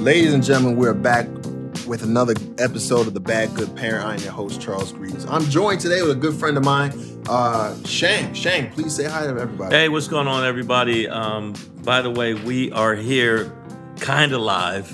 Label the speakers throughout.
Speaker 1: Ladies and gentlemen, we're back with another episode of The Bad Good Parent. I am your host, Charles Greaves. I'm joined today with a good friend of mine, uh, Shang. Shang, please say hi to everybody.
Speaker 2: Hey, what's going on, everybody? Um, by the way, we are here kind of live.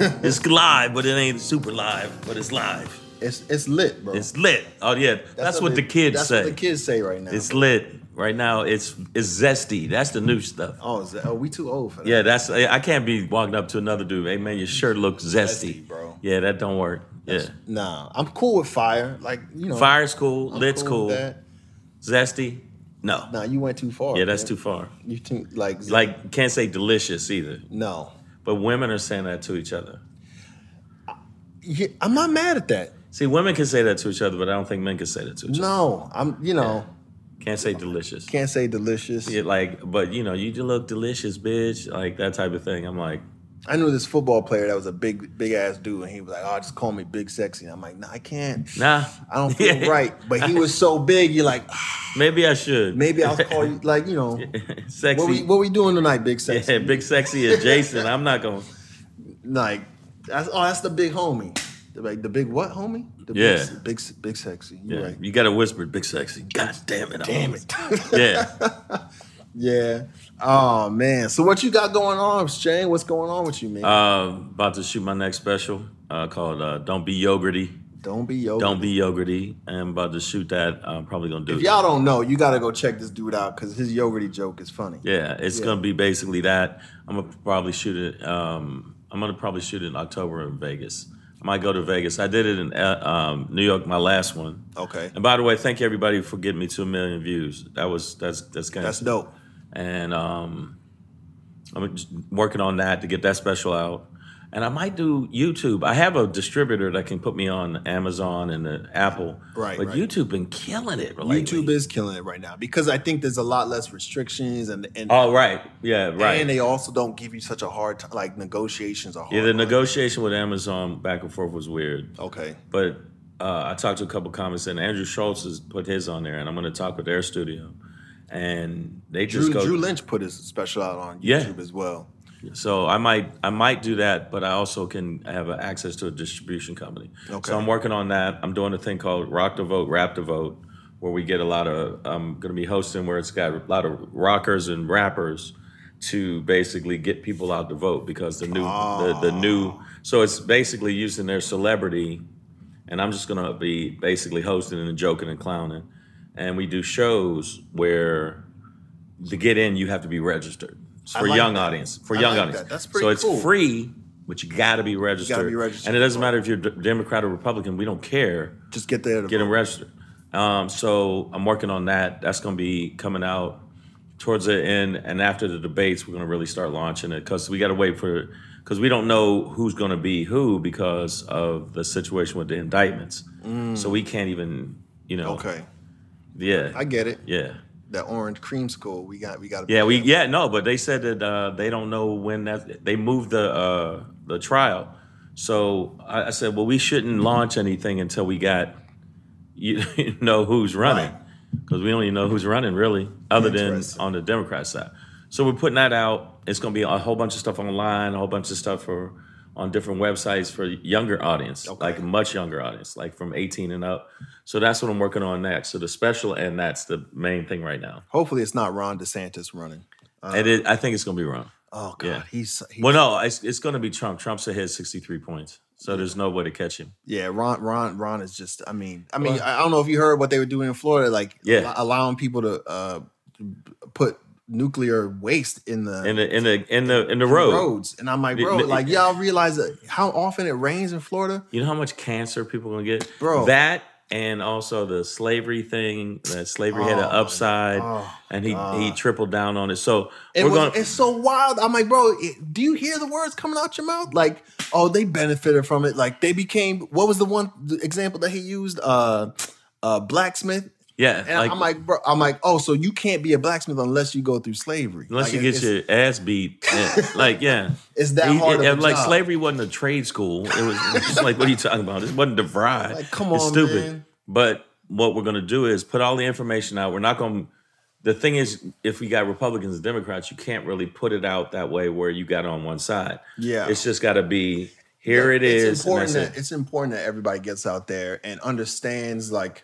Speaker 2: it's live, but it ain't super live, but it's live.
Speaker 1: It's it's lit, bro.
Speaker 2: It's lit. Oh, yeah. That's, what,
Speaker 1: they-
Speaker 2: the kids
Speaker 1: that's
Speaker 2: say.
Speaker 1: what the kids say right now.
Speaker 2: It's lit. Right now, it's it's zesty. That's the new stuff.
Speaker 1: oh, is that, oh, we too old for that.
Speaker 2: Yeah, that's I I can't be walking up to another dude. Hey man, your shirt looks zesty.
Speaker 1: Zesty, bro.
Speaker 2: Yeah, that don't work. Yeah,
Speaker 1: Nah, I'm cool with fire. Like you know,
Speaker 2: fire's cool,
Speaker 1: I'm
Speaker 2: lit's
Speaker 1: cool
Speaker 2: cool,
Speaker 1: with that.
Speaker 2: zesty. No,
Speaker 1: Nah, you went too far.
Speaker 2: yeah, that's
Speaker 1: man.
Speaker 2: too far.
Speaker 1: You think like
Speaker 2: Like can't say delicious either.
Speaker 1: no?
Speaker 2: But women are saying that to each other.
Speaker 1: Yeah, I'm not mad at that.
Speaker 2: See, women can say that to each other, but I don't think men can say that to each other.
Speaker 1: No, I'm you know
Speaker 2: Can't say delicious.
Speaker 1: can't say delicious.
Speaker 2: Yeah, like, but you know, you do look delicious, bitch. Like that type of thing. I'm like,
Speaker 1: I knew this football player that was a big, big ass dude, and he was like, "Oh, just call me Big Sexy." And I'm like, "Nah, I can't.
Speaker 2: nah.
Speaker 1: I don't feel right." But he was so big, you're like, "Ah,
Speaker 2: Maybe I should.
Speaker 1: "Maybe I'll call you." Like, you know,
Speaker 2: sexy.
Speaker 1: what we what we doing tonight, Big Sexy?
Speaker 2: yeah, big sexy adjacent. I'm not gonna.
Speaker 1: Like, that's oh, that's the big homie. They're Like the big what homie? The
Speaker 2: Yeah.
Speaker 1: big, big, big sexy. You're
Speaker 2: Yeah,
Speaker 1: right.
Speaker 2: you got to whisper, big sexy. God damn it! I
Speaker 1: Damn
Speaker 2: almost-
Speaker 1: it.
Speaker 2: yeah.
Speaker 1: yeah. Oh man. So what you got going on, Shane? What's going on with you, man?
Speaker 2: Um, about to shoot my next special uh, called uh, "Don't Be Yogurty."
Speaker 1: don't be yo.
Speaker 2: Don't be yogurty. I'm about to shoot that. I'm probably gonna do.
Speaker 1: If
Speaker 2: it.
Speaker 1: y'all don't know, you gotta go check this dude out because his yogurty joke is funny.
Speaker 2: Yeah, it's gonna be basically that. I'm gonna probably shoot it. Um, I'm gonna probably shoot it in October in Vegas. I might go to Vegas. I did it in uh, um, New York, my last one.
Speaker 1: Okay.
Speaker 2: And by the way, thank you everybody for getting me to a million views. That was that's that's kind
Speaker 1: That's dope.
Speaker 2: and um, I'm just working on that to get that special out. And I might do YouTube. I have a distributor that can put me on Amazon and uh, Apple.
Speaker 1: Right,
Speaker 2: But
Speaker 1: right.
Speaker 2: YouTube been killing it. Lately.
Speaker 1: YouTube is killing it right now because I think there's a lot less restrictions and and,
Speaker 2: Oh right. Yeah. Right.
Speaker 1: and they also don't give you such a hard time. Like negotiations are hard.
Speaker 2: Yeah, the
Speaker 1: line.
Speaker 2: negotiation with Amazon back and forth was weird.
Speaker 1: Okay,
Speaker 2: But uh, I talked to a couple comics, and Andrew Schultz has put his on there, and I'm going to talk with their studio. And they just
Speaker 1: Drew,
Speaker 2: go.
Speaker 1: Drew Lynch put his special out on
Speaker 2: Yeah.
Speaker 1: YouTube as well.
Speaker 2: So I might I might do that, but I also can have access to a distribution company.
Speaker 1: Okay.
Speaker 2: So I'm working on that. I'm doing a thing called Rock the Vote, Rap the Vote, where we get a lot of I'm going to be hosting where it's got a lot of rockers and rappers to basically get people out to vote because the new the, the
Speaker 1: Ah.
Speaker 2: new so it's basically using their celebrity and I'm just gonna be basically hosting and joking and clowning. And we do shows where to get in, you have to be registered It's
Speaker 1: I
Speaker 2: for
Speaker 1: like
Speaker 2: young
Speaker 1: that.
Speaker 2: audience. For
Speaker 1: I
Speaker 2: young
Speaker 1: like
Speaker 2: audience,
Speaker 1: that. That's
Speaker 2: so
Speaker 1: pretty
Speaker 2: it's
Speaker 1: cool.
Speaker 2: free, but you gotta be registered.
Speaker 1: registered.
Speaker 2: And it doesn't matter if you're D- Democrat or Republican. We don't care.
Speaker 1: Just get there. To
Speaker 2: Get
Speaker 1: vote.
Speaker 2: them registered. Um, so I'm working on that. That's gonna be coming out towards the end, and after the debates, we're gonna really start launching it because we gotta wait for because we don't know who's gonna be who because of the situation with the indictments. So we can't even, you know.
Speaker 1: Mm. Okay,
Speaker 2: Yeah.
Speaker 1: I get it.
Speaker 2: yeah.
Speaker 1: That orange cream school. We got. We got.
Speaker 2: Yeah, we yeah no, but they said that uh, they don't know when that they moved the uh, the trial. So I, I said, well, we shouldn't launch anything until we got you know who's running because we don't even know who's running really, other than
Speaker 1: Interesting.
Speaker 2: on the Democrat side. So we're putting that out. It's going to be a whole bunch of stuff online, a whole bunch of stuff for on different websites for younger audience, like much younger audience, like from 18 and up. So that's what I'm working on next. So the special and that's the main thing right now.
Speaker 1: Hopefully, it's not Ron DeSantis running.
Speaker 2: and it, I think it's going to be wrong.
Speaker 1: Oh God,
Speaker 2: Yeah.
Speaker 1: he's, he's
Speaker 2: Well, no, it's, it's going to be Trump. Trump's ahead 63 points. So there's no way to catch him.
Speaker 1: Yeah, Ron, Ron, Ron is just. I mean, I mean,
Speaker 2: Well-
Speaker 1: I I don't know if you heard what they were doing in Florida, like
Speaker 2: Yeah.
Speaker 1: allo- allowing people to uh, put nuclear waste in the,
Speaker 2: In the in the in the in the
Speaker 1: in the
Speaker 2: road.
Speaker 1: roads, and I'm like,
Speaker 2: The-
Speaker 1: bro,
Speaker 2: the-
Speaker 1: like y'all realize that how often it rains in Florida,
Speaker 2: You know how much cancer people gonna get?
Speaker 1: Bro.
Speaker 2: That and also the slavery thing, that slavery had an
Speaker 1: Oh, my-
Speaker 2: upside
Speaker 1: oh,
Speaker 2: and he he
Speaker 1: God.
Speaker 2: tripled down on it. So
Speaker 1: It
Speaker 2: we're
Speaker 1: was
Speaker 2: gonna
Speaker 1: it's so wild. I'm like, bro, it, do you hear the words coming out your mouth? Like, oh, they benefited from it. Like they became. What was the one example that he used? Uh, uh, blacksmith.
Speaker 2: Yeah,
Speaker 1: And
Speaker 2: like,
Speaker 1: I'm like, bro, I'm like, oh, so you can't be a blacksmith unless you go through slavery.
Speaker 2: unless
Speaker 1: Like,
Speaker 2: you
Speaker 1: it-
Speaker 2: get
Speaker 1: it's-
Speaker 2: your ass beat. yeah, like yeah.
Speaker 1: It's that
Speaker 2: He-
Speaker 1: hard
Speaker 2: it-
Speaker 1: of a
Speaker 2: like
Speaker 1: job.
Speaker 2: slavery wasn't a trade school. It was just like, what are you talking about? This wasn't DeVry.
Speaker 1: Like, come
Speaker 2: it's
Speaker 1: on,
Speaker 2: stupid.
Speaker 1: man.
Speaker 2: But what we're gonna do is put all the information out. We're not gonna. The thing is, if we got Republicans and Democrats, you can't really put it out that way where you got on one side.
Speaker 1: Yeah.
Speaker 2: it's just got to be here. It
Speaker 1: it's
Speaker 2: is.
Speaker 1: Important
Speaker 2: and that's
Speaker 1: that,
Speaker 2: it.
Speaker 1: it's important that everybody gets out there and understands, like,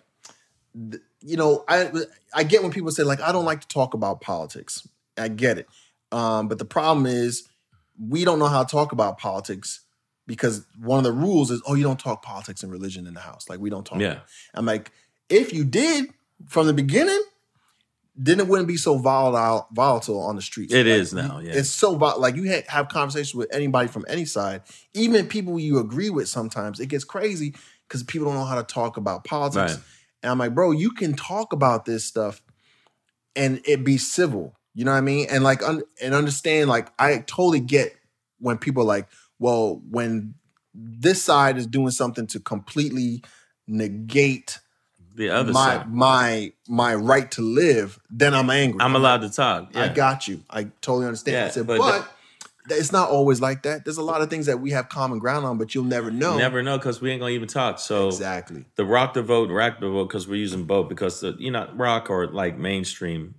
Speaker 1: th- you know, I I get when people say like I don't like to talk about politics. I get it, um, but the problem is we don't know how to talk about politics because one of the rules is oh you don't talk politics and religion in the house. Like we don't talk.
Speaker 2: Yeah.
Speaker 1: I'm like if you did from the beginning, then it wouldn't be so volatile volatile on the streets.
Speaker 2: It
Speaker 1: It is
Speaker 2: is now, yeah.
Speaker 1: it's so vol- like you ha- have conversations with anybody from any side, even people you agree with. Sometimes it gets crazy because people don't know how to talk about politics.
Speaker 2: Right.
Speaker 1: And I'm like, bro, you can talk about this stuff and it be civil. You know what I mean? And like un- and understand like I totally get when people are like, well, when this side is doing something to completely negate
Speaker 2: The other
Speaker 1: my
Speaker 2: side.
Speaker 1: my my right to live, then I'm angry.
Speaker 2: I'm
Speaker 1: like,
Speaker 2: allowed to talk. Yeah.
Speaker 1: I got you. I totally understand.
Speaker 2: Yeah,
Speaker 1: I said,
Speaker 2: but
Speaker 1: but, th- it's not always like that. There's a lot of things that we have common ground on, but you'll never know.
Speaker 2: You never know because we ain't gonna even talk. So
Speaker 1: exactly.
Speaker 2: the rock the vote, rack the vote, because we're using both because the you know rock or like mainstream.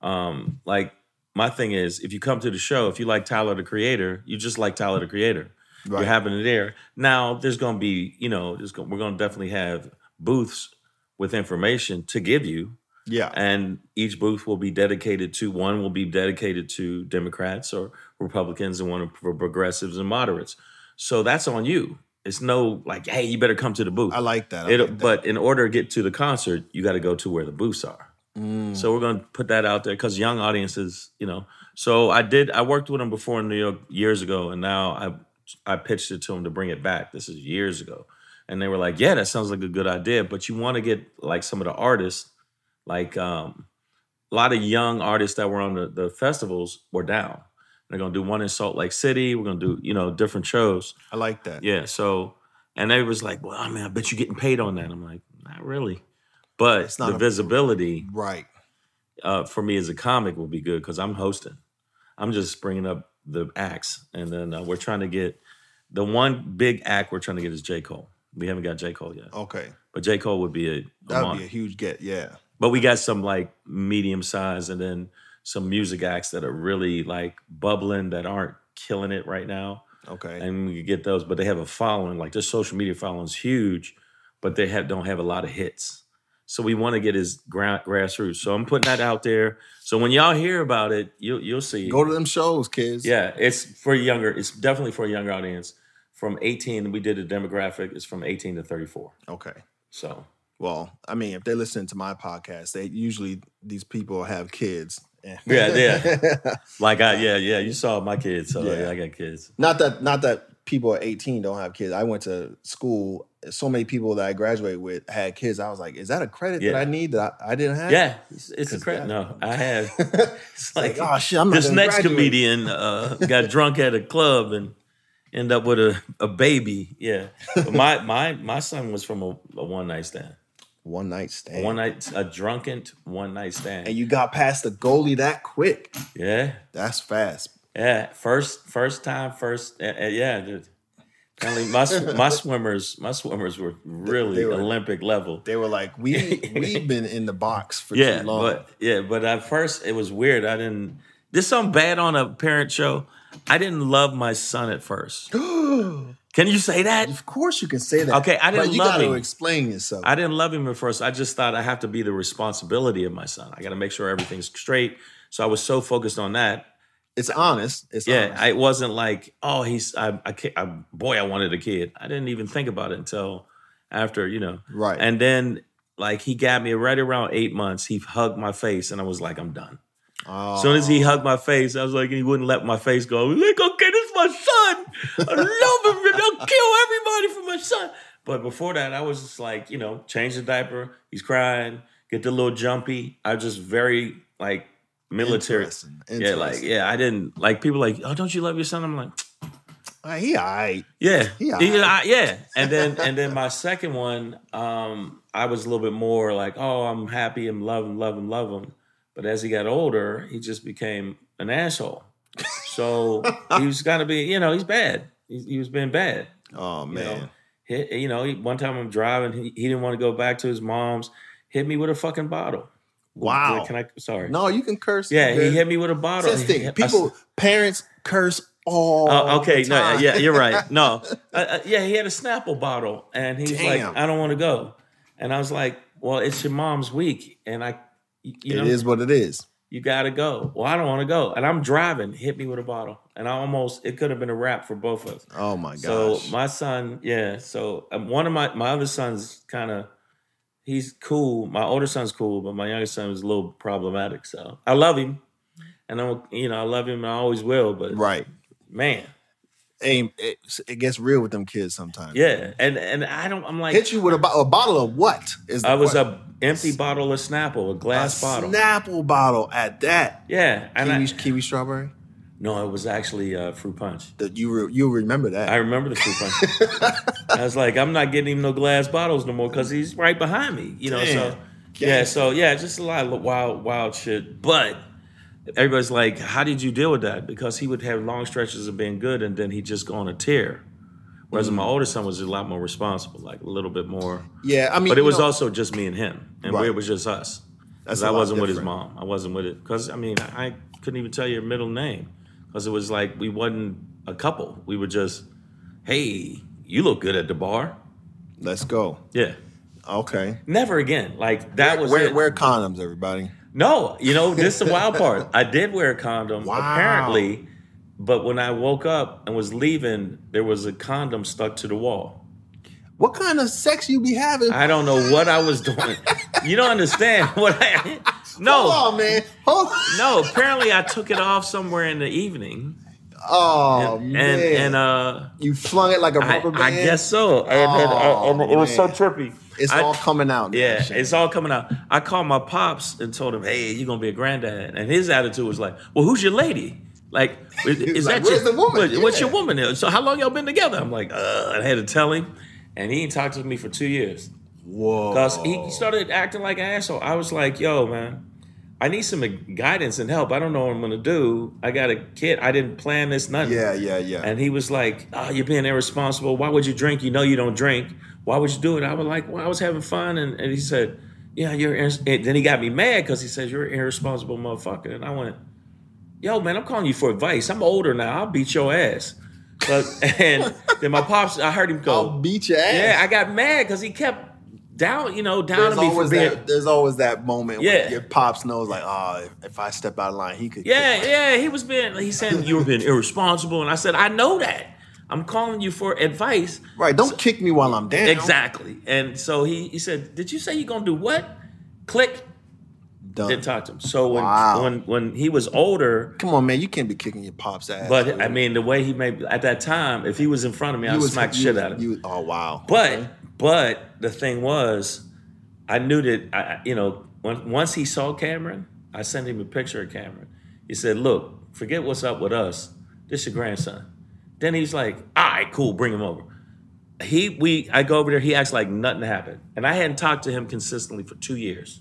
Speaker 2: Um, like my thing is, if you come to the show, if you like Tyler the Creator, you just like Tyler the Creator.
Speaker 1: Right.
Speaker 2: You're having it there. Now there's gonna be you know there's gonna, we're gonna definitely have booths with information to give you,
Speaker 1: Yeah.
Speaker 2: and each booth will be dedicated to one will be dedicated to Democrats or Republicans, and one for progressives and moderates. So that's on you. It's no like, hey, you better come to the booth.
Speaker 1: I like that. I
Speaker 2: It,
Speaker 1: like that.
Speaker 2: but in order to get to the concert, you got to go to where the booths are.
Speaker 1: Mm.
Speaker 2: So we're going to put that out there because young audiences, you know. So I did. I worked with him before in New York years ago, and now I I pitched it to him to bring it back. This is years ago, and they were like, "Yeah, that sounds like a good idea, but you want to get like some of the artists, like um, a lot of young artists that were on the, the festivals were down. They're going to do one in Salt Lake City. We're going to do you know different shows.
Speaker 1: I like that.
Speaker 2: Yeah. So, and they was like, "Well, I mean, I bet you're getting paid on that." I'm like, "Not really," but
Speaker 1: It's not
Speaker 2: the
Speaker 1: a-
Speaker 2: visibility
Speaker 1: Right.
Speaker 2: uh, for me as a comic will be good because I'm hosting. I'm just bringing up the acts, and then uh, we're trying to get the one big act we're trying to get is J Cole. We haven't got J Cole yet,
Speaker 1: Okay.
Speaker 2: but J Cole would be a, a
Speaker 1: That would
Speaker 2: month.
Speaker 1: be a huge get. Yeah.
Speaker 2: but we got some like medium size, and then some music acts that are really like bubbling that aren't killing it right now
Speaker 1: Okay.
Speaker 2: and we could get those. But they have a following, like their social media following is huge, but they have don't have a lot of hits. So we want to get his ground, grassroots. So I'm putting that out there. So when y'all hear about it, you'll you'll see.
Speaker 1: Go to them shows, kids.
Speaker 2: yeah, it's for younger. It's definitely for a younger audience. From 18, we did a demographic. It's from 18 to 34.
Speaker 1: Okay.
Speaker 2: So
Speaker 1: Well, I mean, if they listen to my podcast, they usually these people have kids.
Speaker 2: Yeah, yeah. like I yeah yeah you saw my kids. So yeah,
Speaker 1: Yeah.
Speaker 2: I got kids.
Speaker 1: not that not that people at 18 don't have kids. I went to school. So many people that I graduated with had kids. I was like, is that a credit
Speaker 2: Yeah.
Speaker 1: that I need that I, I didn't have?
Speaker 2: Yeah, it's, it's a
Speaker 1: 'Cause
Speaker 2: crap.
Speaker 1: that-
Speaker 2: No, I have. It's like,
Speaker 1: like, "Oh, shit, I'm not
Speaker 2: this
Speaker 1: gonna
Speaker 2: next
Speaker 1: graduate."
Speaker 2: comedian uh, got drunk at a club and end up with a, a baby. Yeah, But my my my son was from a, a one night stand,
Speaker 1: One night
Speaker 2: a
Speaker 1: stand.
Speaker 2: one night a drunken one night stand.
Speaker 1: and you got past the goalie that quick.
Speaker 2: yeah,
Speaker 1: That's fast.
Speaker 2: yeah. First first time first. Uh, uh, yeah, dude. Apparently, my sw- my swimmers my swimmers were really
Speaker 1: were-
Speaker 2: Olympic level.
Speaker 1: They were like, we we've been in the box for
Speaker 2: Yeah,
Speaker 1: too long.
Speaker 2: but yeah, but at first it was weird. I didn't. There's something bad on a parent show. I didn't love my son at first. Can you say that?
Speaker 1: of course, you can say that.
Speaker 2: Okay, I didn't
Speaker 1: But you
Speaker 2: love
Speaker 1: got to
Speaker 2: him.
Speaker 1: explain yourself.
Speaker 2: I didn't love him at first. I just thought I have to be the responsibility of my son. I got to make sure everything's straight. So I was so focused on that.
Speaker 1: It's honest. It's
Speaker 2: Yeah,
Speaker 1: honest.
Speaker 2: I- it wasn't like, oh, he's, I, I, ca- I, boy, I wanted a kid. I didn't even think about it until after, you know.
Speaker 1: right.
Speaker 2: And then, like, he got me right around eight months. He hugged my face, and I was like, I'm done. As soon as he
Speaker 1: Oh.
Speaker 2: hugged my face, I was like, he wouldn't let my face go. I was like, okay, this is my son. I love him. and I'll kill everybody for my son. But before that, I was just like, you know, change the diaper. He's crying. Get the little jumpy. I was just very like military.
Speaker 1: Interesting.
Speaker 2: Yeah, like
Speaker 1: Interesting.
Speaker 2: yeah, I didn't like people like, oh, don't you love your son? I'm like,
Speaker 1: Uh, he all right.
Speaker 2: yeah,
Speaker 1: Yeah.
Speaker 2: I- yeah. And then and then my second one, um, I was a little bit more like, oh, I'm happy, I'm love him, love him, love him. But as he got older, he just became an asshole. So he was gonna be, you know, he's bad. He, he was being bad.
Speaker 1: Oh
Speaker 2: You know,
Speaker 1: man.
Speaker 2: hit, you know. He, one time I'm driving, he, he didn't want to go back to his mom's. Hit me with a fucking bottle.
Speaker 1: Wow.
Speaker 2: Can I? Sorry.
Speaker 1: No, you can curse.
Speaker 2: Yeah, he
Speaker 1: man.
Speaker 2: hit me with a bottle.
Speaker 1: That's the thing.
Speaker 2: I-
Speaker 1: People, parents curse all.
Speaker 2: Oh, okay.
Speaker 1: the
Speaker 2: No,
Speaker 1: time.
Speaker 2: yeah, you're right. No, uh, uh, yeah, he had a Snapple bottle, and he's
Speaker 1: Damn.
Speaker 2: like, "I don't want to go," and I was like, "Well, it's your mom's week, and I, you, you know,
Speaker 1: it is what it is.
Speaker 2: you gotta go." Well, I don't want to go, and I'm driving. Hit me with a bottle, and I almost it could have been a wrap for both of us.
Speaker 1: Oh my gosh.
Speaker 2: So my son, yeah. So um, one of my my other sons kind of he's cool. My older son's cool, but my younger son was a little problematic. So I love him, and I'm you know I love him, and I always will. But
Speaker 1: right.
Speaker 2: man.
Speaker 1: Aim. It, it gets real with them kids sometimes.
Speaker 2: Yeah, and and I don't. I'm like,
Speaker 1: Hit you with a, bo- a bottle of what? Is
Speaker 2: I was
Speaker 1: what?
Speaker 2: a empty bottle of Snapple, a
Speaker 1: a
Speaker 2: glass bottle.
Speaker 1: Snapple bottle at that.
Speaker 2: yeah, and
Speaker 1: kiwi,
Speaker 2: I,
Speaker 1: kiwi strawberry.
Speaker 2: no, it was actually uh, fruit punch.
Speaker 1: That you re- you remember that?
Speaker 2: I remember the fruit punch. I was like, I'm not getting him no glass bottles no more because he's right behind me. You know, so
Speaker 1: Damn.
Speaker 2: yeah, so yeah, just a lot of wild, wild shit. But everybody's like, how did you deal with that? Because he would have long stretches of being good, and then he'd just go on a tear. Whereas my older son was a lot more responsible, like a little bit more.
Speaker 1: yeah, Mm. I mean,
Speaker 2: But it
Speaker 1: you
Speaker 2: was
Speaker 1: know,
Speaker 2: also just me and him, and
Speaker 1: Right.
Speaker 2: we, it was just us.
Speaker 1: That's
Speaker 2: Because
Speaker 1: a
Speaker 2: I
Speaker 1: lot
Speaker 2: wasn't with his
Speaker 1: different.
Speaker 2: mom. I wasn't with it because I mean I, I couldn't even tell your middle name because it was like we wasn't a couple. We were just, hey, you look good at the bar.
Speaker 1: Let's go.
Speaker 2: Yeah,
Speaker 1: Okay.
Speaker 2: never again. Like that was
Speaker 1: wear,
Speaker 2: it.
Speaker 1: wear condoms, everybody.
Speaker 2: No, you know this is the wild part. I did wear a condom
Speaker 1: Wow.
Speaker 2: apparently, but when I woke up and was leaving, there was a condom stuck to the wall.
Speaker 1: What kind of sex you be having?
Speaker 2: I don't know what I was doing. you don't understand what I. No,
Speaker 1: Hold on, man. Hold
Speaker 2: No, apparently I took it off somewhere in the evening,
Speaker 1: Oh
Speaker 2: and
Speaker 1: man.
Speaker 2: and uh,
Speaker 1: you flung it like a
Speaker 2: I,
Speaker 1: rubber band.
Speaker 2: I guess so. And, and,
Speaker 1: Oh,
Speaker 2: and it was so
Speaker 1: man.
Speaker 2: trippy.
Speaker 1: it's
Speaker 2: I-
Speaker 1: all coming out. now,
Speaker 2: yeah,
Speaker 1: Shane.
Speaker 2: it's all coming out. I called my pops and told him, "Hey, you're gonna be a granddad," and his attitude was like, "Well, who's your lady?" Like, is, is
Speaker 1: like,
Speaker 2: that
Speaker 1: "Where's
Speaker 2: your,
Speaker 1: the woman?"
Speaker 2: what- What's
Speaker 1: Yeah.
Speaker 2: your woman? is? So how long y'all been together? I'm like, uh, I had to tell him, and he ain't talked to me for two years.
Speaker 1: Whoa.
Speaker 2: Cause
Speaker 1: Oh.
Speaker 2: he started acting like an asshole. I was like, "Yo, man, I need some guidance and help. I don't know what I'm gonna do. I got a kid. I didn't plan this, nothing."
Speaker 1: Yeah, yeah, yeah.
Speaker 2: And he was like, "Oh, you're being irresponsible. Why would you drink? You know you don't drink. Why would you do it?" I was like, "Well, I was having fun," and, and he said, "Yeah, you're." irres-" And then he got me mad because he says, "You're an irresponsible motherfucker," and I went, "Yo, man, I'm calling you for advice. I'm older now. I'll beat your ass." But and then my pops, I heard him go,
Speaker 1: I'll beat your ass.
Speaker 2: yeah, I got mad because he kept down, you know, down
Speaker 1: there's
Speaker 2: to me for
Speaker 1: always
Speaker 2: being.
Speaker 1: that. There's always that moment. Yeah.
Speaker 2: Yeah.
Speaker 1: Where your pops knows, like, oh, if, if I step out of line, he could.
Speaker 2: Yeah, yeah, he was being. He said you were being irresponsible, and I said I know that. I'm calling you for advice.
Speaker 1: Right. Don't kick me while I'm down.
Speaker 2: Exactly. And so he he said, "Did you say you're gonna do what?" Click.
Speaker 1: Done.
Speaker 2: Didn't talk to him. So when
Speaker 1: Wow.
Speaker 2: when when he was older,
Speaker 1: Come on, man. You can't be kicking your pops' ass.
Speaker 2: but I mean the way he made at that time, if he was in front of me, I
Speaker 1: you
Speaker 2: would
Speaker 1: was-
Speaker 2: smack
Speaker 1: you
Speaker 2: shit
Speaker 1: was-
Speaker 2: out of him.
Speaker 1: you. Oh wow.
Speaker 2: But but the thing was, I knew that I- I, you know when, once he saw Cameron, I sent him a picture of Cameron. He said, "Look, forget what's up with us. This your grandson." Then he's like, "All right, cool, bring him over." He we I go over there. He acts like nothing happened, and I hadn't talked to him consistently for two years.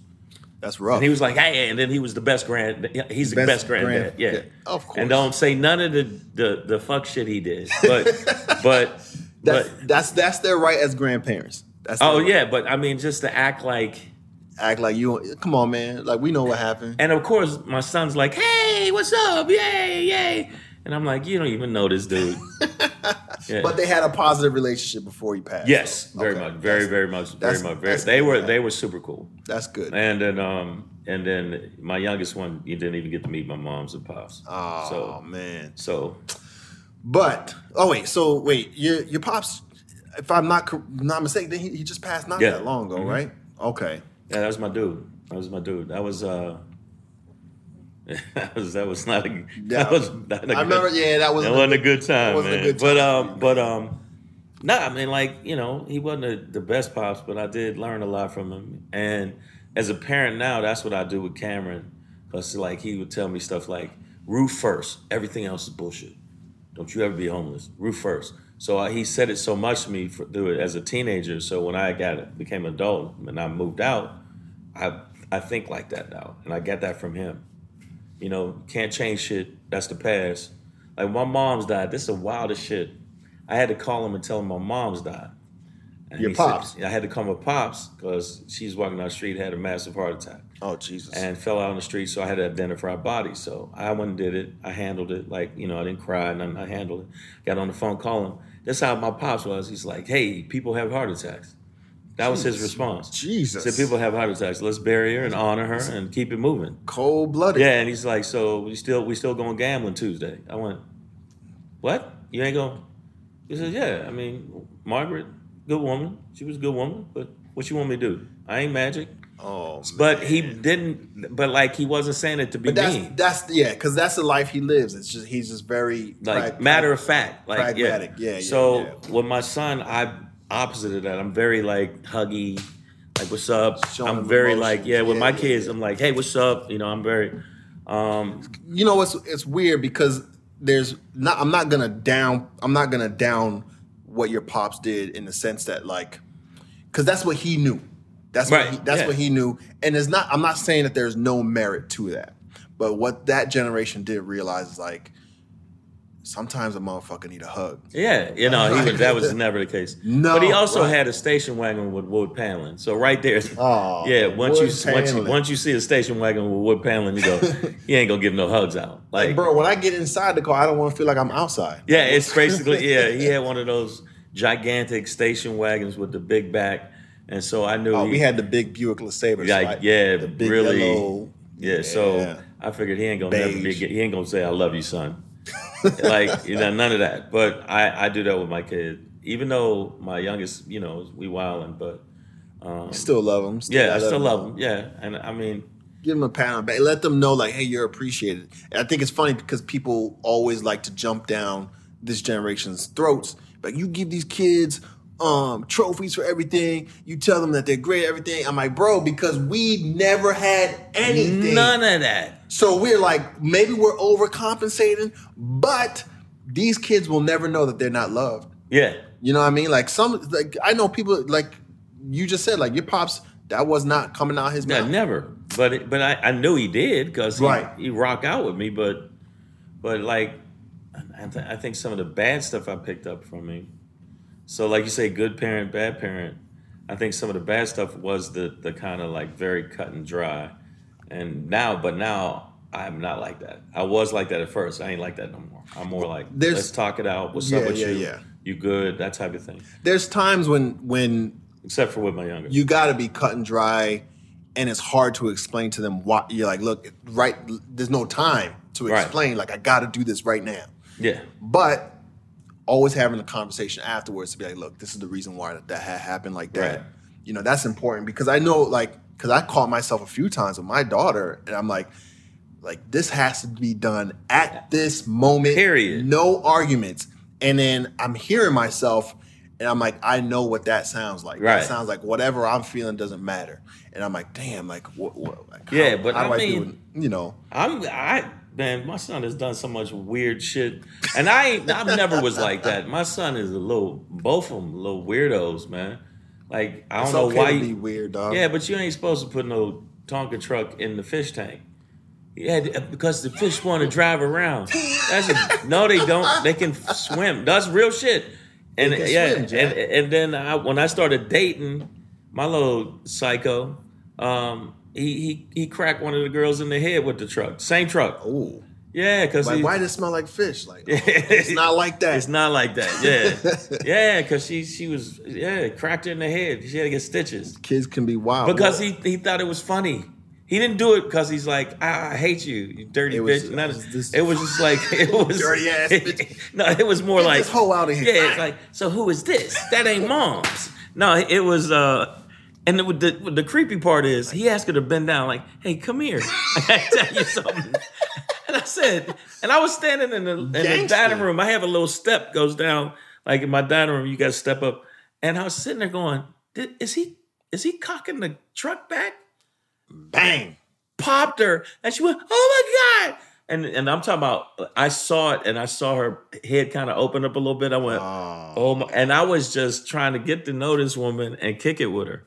Speaker 1: that's rough.
Speaker 2: And he was like, "Hey," and then he was the best grand. He's the
Speaker 1: Best
Speaker 2: best, granddad.
Speaker 1: grand-
Speaker 2: yeah.
Speaker 1: yeah, of course.
Speaker 2: And don't say none of the the, the fuck shit he did. But but
Speaker 1: that's,
Speaker 2: but
Speaker 1: that's that's their right as grandparents. That's
Speaker 2: Oh
Speaker 1: their right.
Speaker 2: yeah, but I mean, just to act like,
Speaker 1: Act like you. Come on, man. Like we know what happened.
Speaker 2: and of course, my son's like, "Hey, what's up? Yay, yay!" And I'm like, "You don't even know this dude." Yeah.
Speaker 1: But they had a positive relationship before he passed.
Speaker 2: yes,
Speaker 1: so,
Speaker 2: very
Speaker 1: okay.
Speaker 2: much, very,
Speaker 1: That's-
Speaker 2: very much, very
Speaker 1: that's-
Speaker 2: much.
Speaker 1: that's
Speaker 2: Very, they
Speaker 1: good,
Speaker 2: were
Speaker 1: man.
Speaker 2: they were super cool,
Speaker 1: That's good.
Speaker 2: and then um, and then my youngest one, he didn't even get to meet my moms and pops.
Speaker 1: Oh
Speaker 2: So-
Speaker 1: man.
Speaker 2: So
Speaker 1: But oh wait, so wait, your your pops, if I'm not cor- not mistaken, then he, he just passed not
Speaker 2: Yeah. Mm-hmm.
Speaker 1: that long ago, right? Okay.
Speaker 2: yeah, that was my dude. That was my dude. That was uh, that was that was not a that was not a
Speaker 1: I remember.
Speaker 2: good-
Speaker 1: Yeah, that was.
Speaker 2: It wasn't a good time,
Speaker 1: wasn't a
Speaker 2: man.
Speaker 1: good
Speaker 2: But
Speaker 1: time
Speaker 2: um, but um, nah, I mean, like you know, he wasn't a, the best pops, but I did learn a lot from him. And as a parent now, that's what I do with Cameron, because like he would tell me stuff like, "Roof first, everything else is bullshit. Don't you ever be homeless. Roof first. So I, he said it so much to me for, through it as a teenager. So when I got became an adult and I moved out, I I think like that now, and I get that from him. You know, can't change shit. That's the past. Like my mom's died. This is the wildest shit. I had to call him and tell him my mom's died. And
Speaker 1: Your
Speaker 2: he said-
Speaker 1: pops?
Speaker 2: I had to call my pops because she's walking down the street, had a massive heart attack
Speaker 1: Oh Jesus.
Speaker 2: and fell out on the street. So I had to identify her body. So I went and did it. I handled it. Like, you know, I didn't cry and I handled it. Got on the phone, calling. That's how my pops was. He's like, hey, people have heart attacks. That was his response.
Speaker 1: Jesus.
Speaker 2: He said, people have heart attacks. Let's bury her and honor her and keep it moving.
Speaker 1: Cold blooded.
Speaker 2: Yeah, and he's like, so we still we still going gambling Tuesday. I went, what? You ain't going? He said, yeah. I mean, Margaret, good woman. She was a good woman, but what you want me to do? I ain't magic.
Speaker 1: Oh.
Speaker 2: But he didn't. But like he wasn't saying it to be
Speaker 1: But that's
Speaker 2: mean.
Speaker 1: that's yeah, because that's the life he lives. It's just he's just very
Speaker 2: like
Speaker 1: prag-
Speaker 2: matter of fact, like
Speaker 1: pragmatic. Yeah, yeah,
Speaker 2: so
Speaker 1: yeah.
Speaker 2: with my son, I opposite of that. I'm very like huggy, like what's up.
Speaker 1: Showing
Speaker 2: I'm
Speaker 1: him
Speaker 2: very
Speaker 1: emotions.
Speaker 2: like yeah. With
Speaker 1: Yeah,
Speaker 2: my
Speaker 1: yeah,
Speaker 2: kids,
Speaker 1: yeah.
Speaker 2: I'm like hey, what's up? You know, I'm very. Um,
Speaker 1: you know it's it's weird because there's not I'm not gonna down I'm not gonna down what your pops did in the sense that like because that's what he knew that's
Speaker 2: Right,
Speaker 1: what he, that's
Speaker 2: yeah.
Speaker 1: what he knew and it's not I'm not saying that there's no merit to that but what that generation did realize is like sometimes a motherfucker need a hug
Speaker 2: Yeah, you know, he
Speaker 1: Right.
Speaker 2: was, that was never the case.
Speaker 1: No,
Speaker 2: but he also
Speaker 1: right.
Speaker 2: had a station wagon with wood paneling. So right there,
Speaker 1: Oh,
Speaker 2: yeah. Once you
Speaker 1: wood
Speaker 2: once you
Speaker 1: paneling.
Speaker 2: once you see a station wagon with wood paneling, you go, he ain't gonna give no hugs out. Like,
Speaker 1: bro when I get inside the car I don't want to feel like I'm outside
Speaker 2: yeah, it's basically yeah. He had one of those gigantic station wagons with the big back, and so I knew
Speaker 1: oh
Speaker 2: he-
Speaker 1: we had the big Buick LeSabre
Speaker 2: like
Speaker 1: right?
Speaker 2: yeah,
Speaker 1: the big
Speaker 2: really
Speaker 1: yellow
Speaker 2: yeah. So
Speaker 1: Yeah.
Speaker 2: I figured he ain't gonna never be,
Speaker 1: Beige.
Speaker 2: he ain't gonna say I love you, son. like you know, none of that. But I I do that with my kid. Even though my youngest, you know, we wilding, but
Speaker 1: still love him still
Speaker 2: yeah, I still love him. Yeah, and I mean,
Speaker 1: give them a pat on the back. Let them know like, hey, you're appreciated. And I think it's funny because people always like to jump down this generation's throats. Like you give these kids um, trophies for everything. You tell them that they're great at everything. I'm like, bro, because we never had anything.
Speaker 2: none of that.
Speaker 1: So we're like, maybe we're overcompensating, but these kids will never know that they're not loved.
Speaker 2: Yeah,
Speaker 1: You know what I mean? Like some, like I know people, like you just said, like your pops, that was not coming out his
Speaker 2: no,
Speaker 1: mouth.
Speaker 2: never. But it, but I, I knew he did because he,
Speaker 1: Right.
Speaker 2: he rock out with me. But but like, I, th- I think some of the bad stuff I picked up from him. So like you say, good parent, bad parent. I think some of the bad stuff was the the kind of like very cut and dry. And now, but now I'm not like that. I was like that at first. I ain't like that no more. I'm more like
Speaker 1: There's-
Speaker 2: let's talk it out. What's up
Speaker 1: Yeah,
Speaker 2: with
Speaker 1: yeah,
Speaker 2: you?
Speaker 1: yeah.
Speaker 2: You good? That type of thing.
Speaker 1: There's times when when
Speaker 2: Except for with my youngest.
Speaker 1: you got to be cut and dry and it's hard to explain to them why you're like look right there's no time to
Speaker 2: Right.
Speaker 1: explain like i got to do this right now
Speaker 2: Yeah.
Speaker 1: but always having a conversation afterwards to be like look this is the reason why that, that had happened like that
Speaker 2: Right.
Speaker 1: you know that's important because i know like because i caught myself a few times with my daughter and i'm like like this has to be done at this moment
Speaker 2: Period.
Speaker 1: no arguments and then i'm hearing myself and i'm like i know what that sounds like
Speaker 2: Right.
Speaker 1: that sounds like whatever i'm feeling doesn't matter and i'm like damn like what, what like,
Speaker 2: Yeah, but I
Speaker 1: do
Speaker 2: mean-
Speaker 1: it? you know
Speaker 2: I'm I man, my son has done so much weird shit. And I ain't I've never was like that. My son is a little both of them little weirdos, man. Like I don't
Speaker 1: it's
Speaker 2: know
Speaker 1: okay
Speaker 2: why
Speaker 1: to
Speaker 2: you-
Speaker 1: be weird dog
Speaker 2: Yeah, but you ain't supposed to put no Tonka truck in the fish tank. Yeah, uh, because the fish want to drive around. That's a, no, they don't. They can swim. That's real shit. And
Speaker 1: can
Speaker 2: yeah,
Speaker 1: swim, Jack.
Speaker 2: and and then I, when I started dating my little psycho, um, he he he cracked one of the girls in the head with the truck. Same truck.
Speaker 1: Ooh.
Speaker 2: Yeah, because
Speaker 1: Like, why does it smell like fish? Like, oh, it's not like that.
Speaker 2: It's not like that. Yeah, yeah, because she she was yeah cracked her in the head. She had to get stitches
Speaker 1: Kids can be wild.
Speaker 2: because
Speaker 1: Whoa.
Speaker 2: he he thought it was funny. He didn't do it because he's like, ah, I hate you, you dirty
Speaker 1: It was-
Speaker 2: bitch. None
Speaker 1: it
Speaker 2: of-
Speaker 1: was this-
Speaker 2: it was just like it was
Speaker 1: Dirty ass bitch.
Speaker 2: no, it was more
Speaker 1: Get
Speaker 2: like
Speaker 1: this hoe outta here.
Speaker 2: Yeah, it's like so. Who is this? That ain't mom's. No, it was. uh And the, the, the creepy part is he asked her to bend down, like, "Hey, come here. I gotta tell you something." and I said, and I was standing in the, in the
Speaker 1: Gangster.
Speaker 2: dining room. I have a little step goes down, like in my dining room, you got to step up. And I was sitting there going, "Did- "Is he? Is he cocking the truck back?"
Speaker 1: Bang.
Speaker 2: popped her and she went, Oh my God. And and I'm talking about I saw it and I saw her head kind of open up a little bit. I went,
Speaker 1: Oh.
Speaker 2: Oh my and I was just trying to get to know this woman and kick it with her.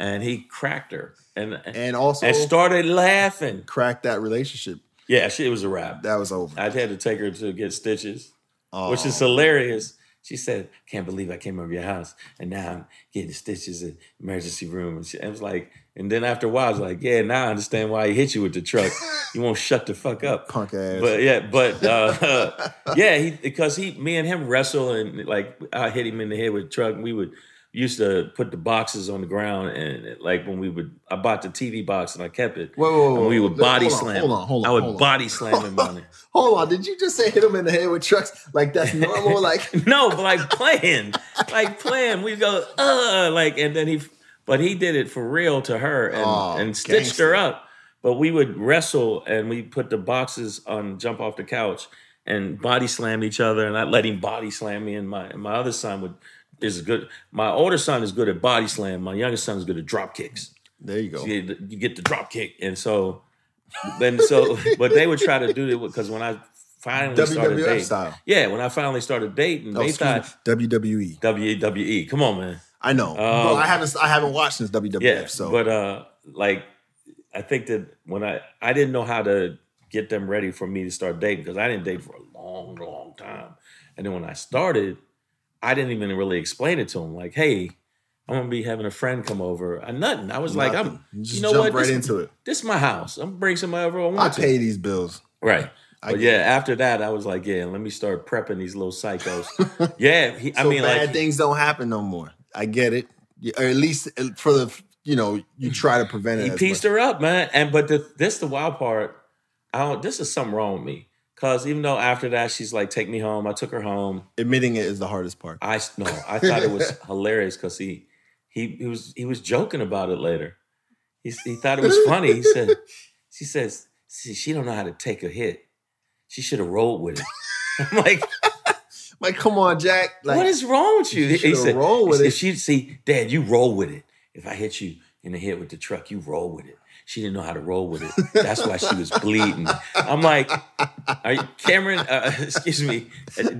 Speaker 2: And he cracked her and and,
Speaker 1: And also
Speaker 2: started laughing.
Speaker 1: cracked that relationship.
Speaker 2: Yeah, she it was a wrap.
Speaker 1: That was over.
Speaker 2: I had to take her to get stitches,
Speaker 1: Oh.
Speaker 2: which is hilarious. She said, "Can't believe I came over your house, and now I'm getting stitches in emergency room." And she, I was like, and then after a while, I was like, "Yeah, now I understand why he hit you with the truck. You won't shut the fuck up,
Speaker 1: punk ass.
Speaker 2: But yeah, but uh, yeah, he because he, me and him wrestle and like I hit him in the head with a truck. We would used to put the boxes on the ground and like when we would, I bought the TV box and I kept it.
Speaker 1: Whoa, whoa, whoa,
Speaker 2: and we would
Speaker 1: whoa.
Speaker 2: body
Speaker 1: Hold on,
Speaker 2: slam.
Speaker 1: hold on, hold on,
Speaker 2: I would
Speaker 1: hold on.
Speaker 2: body slam him on it.
Speaker 1: Hold on, did you just say hit him in the head with trucks? Like that's normal? like
Speaker 2: No, but like playing, like playing. We go, uh, like, and then he, but he did it for real to her and,
Speaker 1: Oh,
Speaker 2: and stitched
Speaker 1: gangster.
Speaker 2: her up. But we would wrestle and we put the boxes on, jump off the couch and body slam each other. And I let him body slam me. And my, and my other son would, is good. My older son is good at body slam. My youngest son is good at drop kicks.
Speaker 1: there you go.
Speaker 2: You get the- you get the drop kick. And so, then so, but they would try to do it because when I finally started
Speaker 1: WWF
Speaker 2: dating,
Speaker 1: style.
Speaker 2: yeah, when I finally started dating,
Speaker 1: Oh,
Speaker 2: they
Speaker 1: excuse me,
Speaker 2: thought
Speaker 1: WWE.
Speaker 2: WWE. Come on, man.
Speaker 1: I know. Bro, I haven't I haven't watched since WWF.
Speaker 2: Oh. Yeah,
Speaker 1: E, so
Speaker 2: but uh, like I think that when I I didn't know how to get them ready for me to start dating because I didn't date for a long, long time, and then when I started, I didn't even really explain it to them. Like, hey. I'm gonna be having a friend come over. I nothing. I was like,
Speaker 1: Nothing.
Speaker 2: I'm.
Speaker 1: You
Speaker 2: You,
Speaker 1: just
Speaker 2: know
Speaker 1: jump
Speaker 2: what?
Speaker 1: right
Speaker 2: this,
Speaker 1: into it.
Speaker 2: This is my house. I'm gonna bring somebody over. I want
Speaker 1: I
Speaker 2: to.
Speaker 1: pay these bills.
Speaker 2: Right.
Speaker 1: I
Speaker 2: but
Speaker 1: get
Speaker 2: yeah, after that, I was like, yeah, let me start prepping these little psychos. yeah, he,
Speaker 1: So
Speaker 2: I mean,
Speaker 1: bad
Speaker 2: like,
Speaker 1: things don't happen no more. I get it. You- Or at least uh, for the you know, you try to prevent it.
Speaker 2: he
Speaker 1: as
Speaker 2: pieced her up, man. And but the, this the wild part. I don't. This is something wrong with me because even though after that, she's like, take me home. I took her home.
Speaker 1: much. Admitting it is the hardest part.
Speaker 2: I s- no, I thought it was hilarious because he, he he was he was joking about it later. He s- he thought it was funny. He said, she says, see, she don't know how to take a hit. She should have rolled with it. I'm like,
Speaker 1: Like, come on, Jack. Like
Speaker 2: what is wrong with you?
Speaker 1: you should've rolled with
Speaker 2: he
Speaker 1: it.
Speaker 2: said, She see, Dad, you roll with it. If I hit you in the head with the truck, you roll with it. She didn't know how to roll with it. That's why she was bleeding. I'm like, are you, Cameron? Uh, excuse me.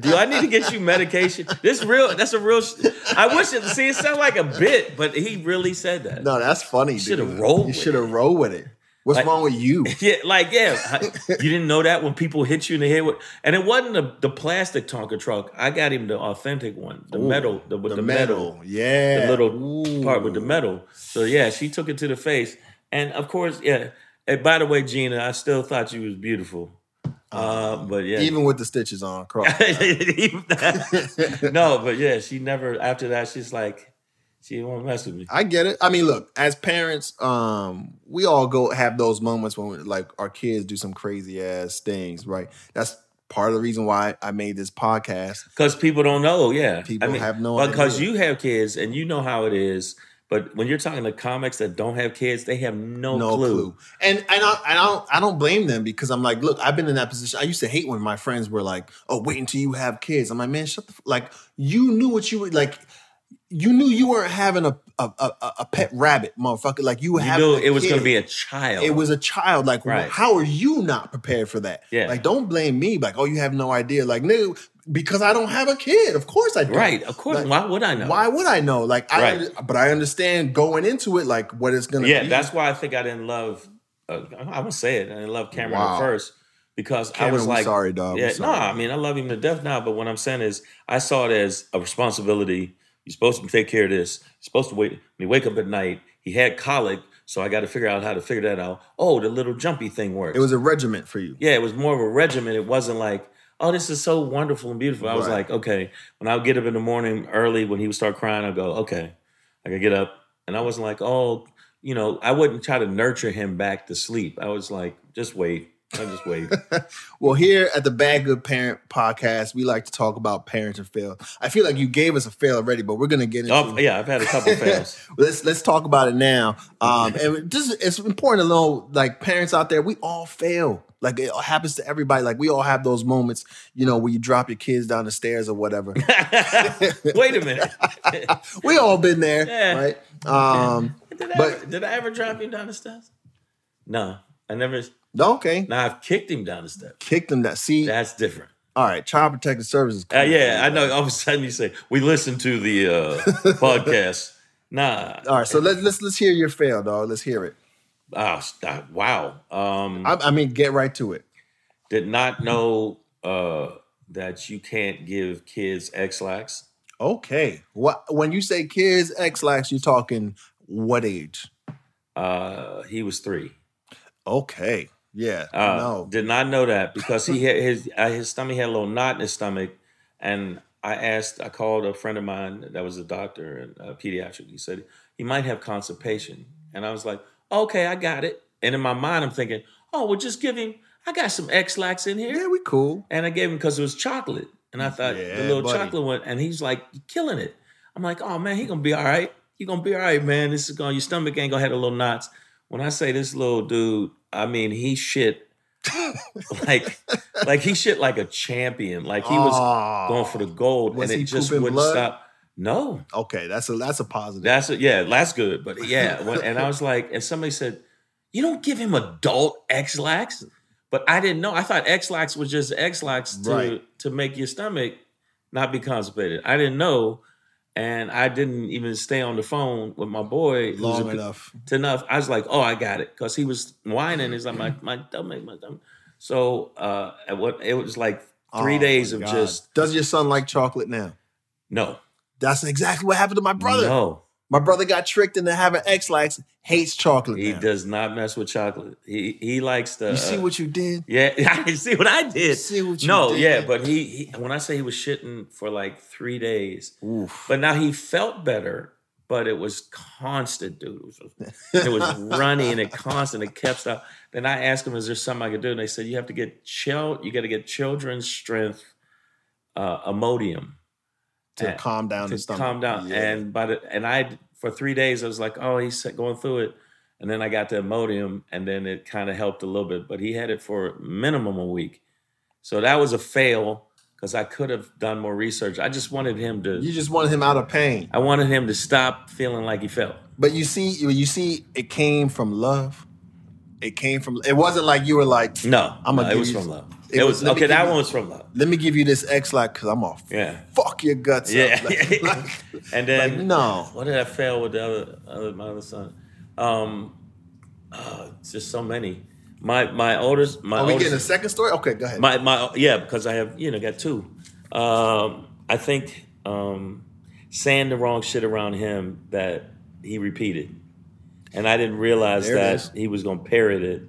Speaker 2: Do I need to get you medication? This real. That's a real. Sh- I wish it. See, it sounded like a bit, but he really said that.
Speaker 1: no, that's funny. You
Speaker 2: should've rolled
Speaker 1: You
Speaker 2: with
Speaker 1: should have rolled with it. What's
Speaker 2: Like-
Speaker 1: wrong with you?
Speaker 2: Yeah, like yeah, I- you didn't know that when people hit you in the head with, and it wasn't the, the plastic Tonka truck. I got him the authentic one, the
Speaker 1: Ooh,
Speaker 2: metal, the, with the, metal.
Speaker 1: Yeah.
Speaker 2: the little
Speaker 1: Ooh.
Speaker 2: part with the metal. So yeah, she took it to the face, and of course, yeah. And by the way, Gina, I still thought you was beautiful, uh, but yeah,
Speaker 1: Even with the stitches on, cross.
Speaker 2: Even that- no, but yeah, she never. After that, she's like, she won't mess with me.
Speaker 1: I get it. I mean, look, as parents, um, we all go have those moments when like our kids do some crazy ass things, right? That's part of the reason why I made this podcast.
Speaker 2: Because people don't know, yeah.
Speaker 1: People have no
Speaker 2: Because
Speaker 1: idea.
Speaker 2: you have kids and you know how it is. But when you're talking to comics that don't have kids, they have no,
Speaker 1: no
Speaker 2: clue.
Speaker 1: clue. And and I, and I don't I don't blame them because I'm like, look, I've been in that position. I used to hate when my friends were like, oh, wait until you have kids. I'm like, man, shut the f-. like you knew what you were like. You knew you weren't having a a, a, a pet rabbit, motherfucker. Like you were
Speaker 2: You
Speaker 1: having
Speaker 2: knew
Speaker 1: a
Speaker 2: it was going
Speaker 1: kid.
Speaker 2: to be a child.
Speaker 1: It was a child. Like,
Speaker 2: Right.
Speaker 1: how are you not prepared for that?
Speaker 2: Yeah.
Speaker 1: Like, don't blame me. Like, oh, you have no idea. Like, no, because I don't have a kid. Of course I do.
Speaker 2: right. Of course.
Speaker 1: Like,
Speaker 2: why would I know?
Speaker 1: Why would I know? Like, I
Speaker 2: Right.
Speaker 1: under- but I understand going into it, like what it's gonna.
Speaker 2: Yeah,
Speaker 1: be.
Speaker 2: that's why I think I didn't love. Uh, I won't say it. I didn't love Cameron
Speaker 1: Wow.
Speaker 2: at first because
Speaker 1: Cameron,
Speaker 2: I was
Speaker 1: we
Speaker 2: like,
Speaker 1: sorry, dog. We
Speaker 2: Yeah, no,
Speaker 1: sorry.
Speaker 2: I mean I love him to death now. But what I'm saying is, I saw it as a responsibility. You're supposed to take care of this. You're supposed to wait. When you wake up at night, he had colic, so I got to figure out how to figure that out. Oh, the little jumpy thing works.
Speaker 1: it was a regiment for you.
Speaker 2: yeah, it was more of a regimen. It wasn't like, oh, this is so wonderful and beautiful. I was
Speaker 1: Right.
Speaker 2: like, okay, when I would get up in the morning early, when he would start crying, I'd go, okay, I could get up. And I wasn't like, oh, you know, I wouldn't try to nurture him back to sleep. I was like, just wait. I just wait.
Speaker 1: Well, here at the Bad Good Parent podcast, we like to talk about parents and fail. I feel like you gave us a fail already, but we're gonna get into
Speaker 2: oh, yeah, I've had a couple fails.
Speaker 1: let's let's talk about it now. Um, and just it's important to know, like parents out there, we all fail. Like it happens to everybody. Like we all have those moments, you know, where you drop your kids down the stairs or whatever.
Speaker 2: wait a minute.
Speaker 1: we all been there,
Speaker 2: Yeah.
Speaker 1: right? Um,
Speaker 2: Did I,
Speaker 1: But-
Speaker 2: ever, did I ever drop him down the steps? No, I never.
Speaker 1: okay,
Speaker 2: No, I've kicked him down the steps.
Speaker 1: kick them that. See,
Speaker 2: That's different.
Speaker 1: all right, child protective services.
Speaker 2: Uh, yeah, I know. All of a sudden, you say we listen to the uh, podcast. Nah.
Speaker 1: All right, so let's let's let's hear your fail, dog. Let's hear it.
Speaker 2: Oh, stop. wow. Um,
Speaker 1: I, I mean, get right to it.
Speaker 2: did not know uh, that you can't give kids X-Lax.
Speaker 1: Okay. What when you say kids X lax, you're talking what age?
Speaker 2: Uh, he was three.
Speaker 1: Okay. Yeah.
Speaker 2: Uh,
Speaker 1: no.
Speaker 2: Did not know that because he had his uh, his stomach had a little knot in his stomach, and I asked, I called a friend of mine that was a doctor and a pediatric. He said he might have constipation, and I was like, okay, I got it. And in my mind, I'm thinking, oh, well, just give him. I got some X-Lax in here,
Speaker 1: yeah, we cool.
Speaker 2: and I gave him because it was chocolate, and I thought
Speaker 1: Yeah,
Speaker 2: the little
Speaker 1: buddy.
Speaker 2: chocolate one, and he's like, you killing it. I'm like, oh man, he gonna be all right. You gonna be all right, man. This is going. Your stomach ain't gonna have the little knots. When I say this little dude, I mean he shit like like he shit like a champion. Like he was
Speaker 1: Aw.
Speaker 2: going for the gold,
Speaker 1: Was
Speaker 2: and
Speaker 1: he
Speaker 2: it just
Speaker 1: pooping
Speaker 2: wouldn't
Speaker 1: blood?
Speaker 2: stop. No,
Speaker 1: Okay, that's a that's a positive.
Speaker 2: that's it. Yeah, that's good. But yeah, when, and I was like, and somebody said, "You don't give him adult X-Lax," but I didn't know. I thought X-Lax was just X-Lax to
Speaker 1: Right.
Speaker 2: to make your stomach not be constipated. I didn't know, and I didn't even stay on the phone with my boy who's
Speaker 1: Long
Speaker 2: a-
Speaker 1: enough.
Speaker 2: to enough. I was like, "Oh, I got it," because he was whining. He's like, "My my stomach, my stomach." So uh, at what it was like
Speaker 1: three
Speaker 2: three days of just
Speaker 1: Does your son like chocolate now?
Speaker 2: no,
Speaker 1: That's exactly what happened to my brother.
Speaker 2: no.
Speaker 1: My brother got tricked into having X lax. Hates chocolate.
Speaker 2: He
Speaker 1: now.
Speaker 2: does not mess with chocolate. He he likes the uh,
Speaker 1: You see what you did?
Speaker 2: Yeah, I see what I did.
Speaker 1: See what you
Speaker 2: no,
Speaker 1: did.
Speaker 2: yeah, but he, he when I say he was shitting for like three days,
Speaker 1: Oof.
Speaker 2: but now he felt better, but it was constant, dude. It was, it was runny and it constant. It kept stuff. Then I asked him, "Is there something I could do?" And they said, "You have to get chill. You got to get children's strength, uh, Imodium."
Speaker 1: To
Speaker 2: Uh,
Speaker 1: calm down
Speaker 2: to
Speaker 1: his stomach.
Speaker 2: calm down.
Speaker 1: Yeah.
Speaker 2: And by the and I for three days I was like, oh, he's going through it. And then I got the Imodium, and then it kind of helped a little bit. But he had it for minimum a week, so that was a fail because I could have done more research. I just wanted him to.
Speaker 1: you just wanted him out of pain.
Speaker 2: I wanted him to stop feeling like he felt.
Speaker 1: But you see, you see, it came from love. It came from. It wasn't like you were like,
Speaker 2: No,
Speaker 1: I'ma
Speaker 2: no,
Speaker 1: give
Speaker 2: it was
Speaker 1: you-
Speaker 2: from love.
Speaker 1: it
Speaker 2: It,
Speaker 1: was-
Speaker 2: was,
Speaker 1: let me
Speaker 2: okay.
Speaker 1: give
Speaker 2: That
Speaker 1: you-
Speaker 2: one was from love.
Speaker 1: "Let me give you this X lax because I'm off.
Speaker 2: Yeah.
Speaker 1: fuck your guts
Speaker 2: Yeah.
Speaker 1: up. Like, like-
Speaker 2: and then
Speaker 1: like, no.
Speaker 2: What did I fail with the other, other my other son? Um, uh, just so many. My my oldest my
Speaker 1: Are we
Speaker 2: oldest,
Speaker 1: getting a second story? Okay, go ahead.
Speaker 2: my my yeah because I have you know got two. Um, I think um, saying the wrong shit around him that he repeated, and I didn't realize
Speaker 1: There it
Speaker 2: that
Speaker 1: is.
Speaker 2: he was gonna parrot it,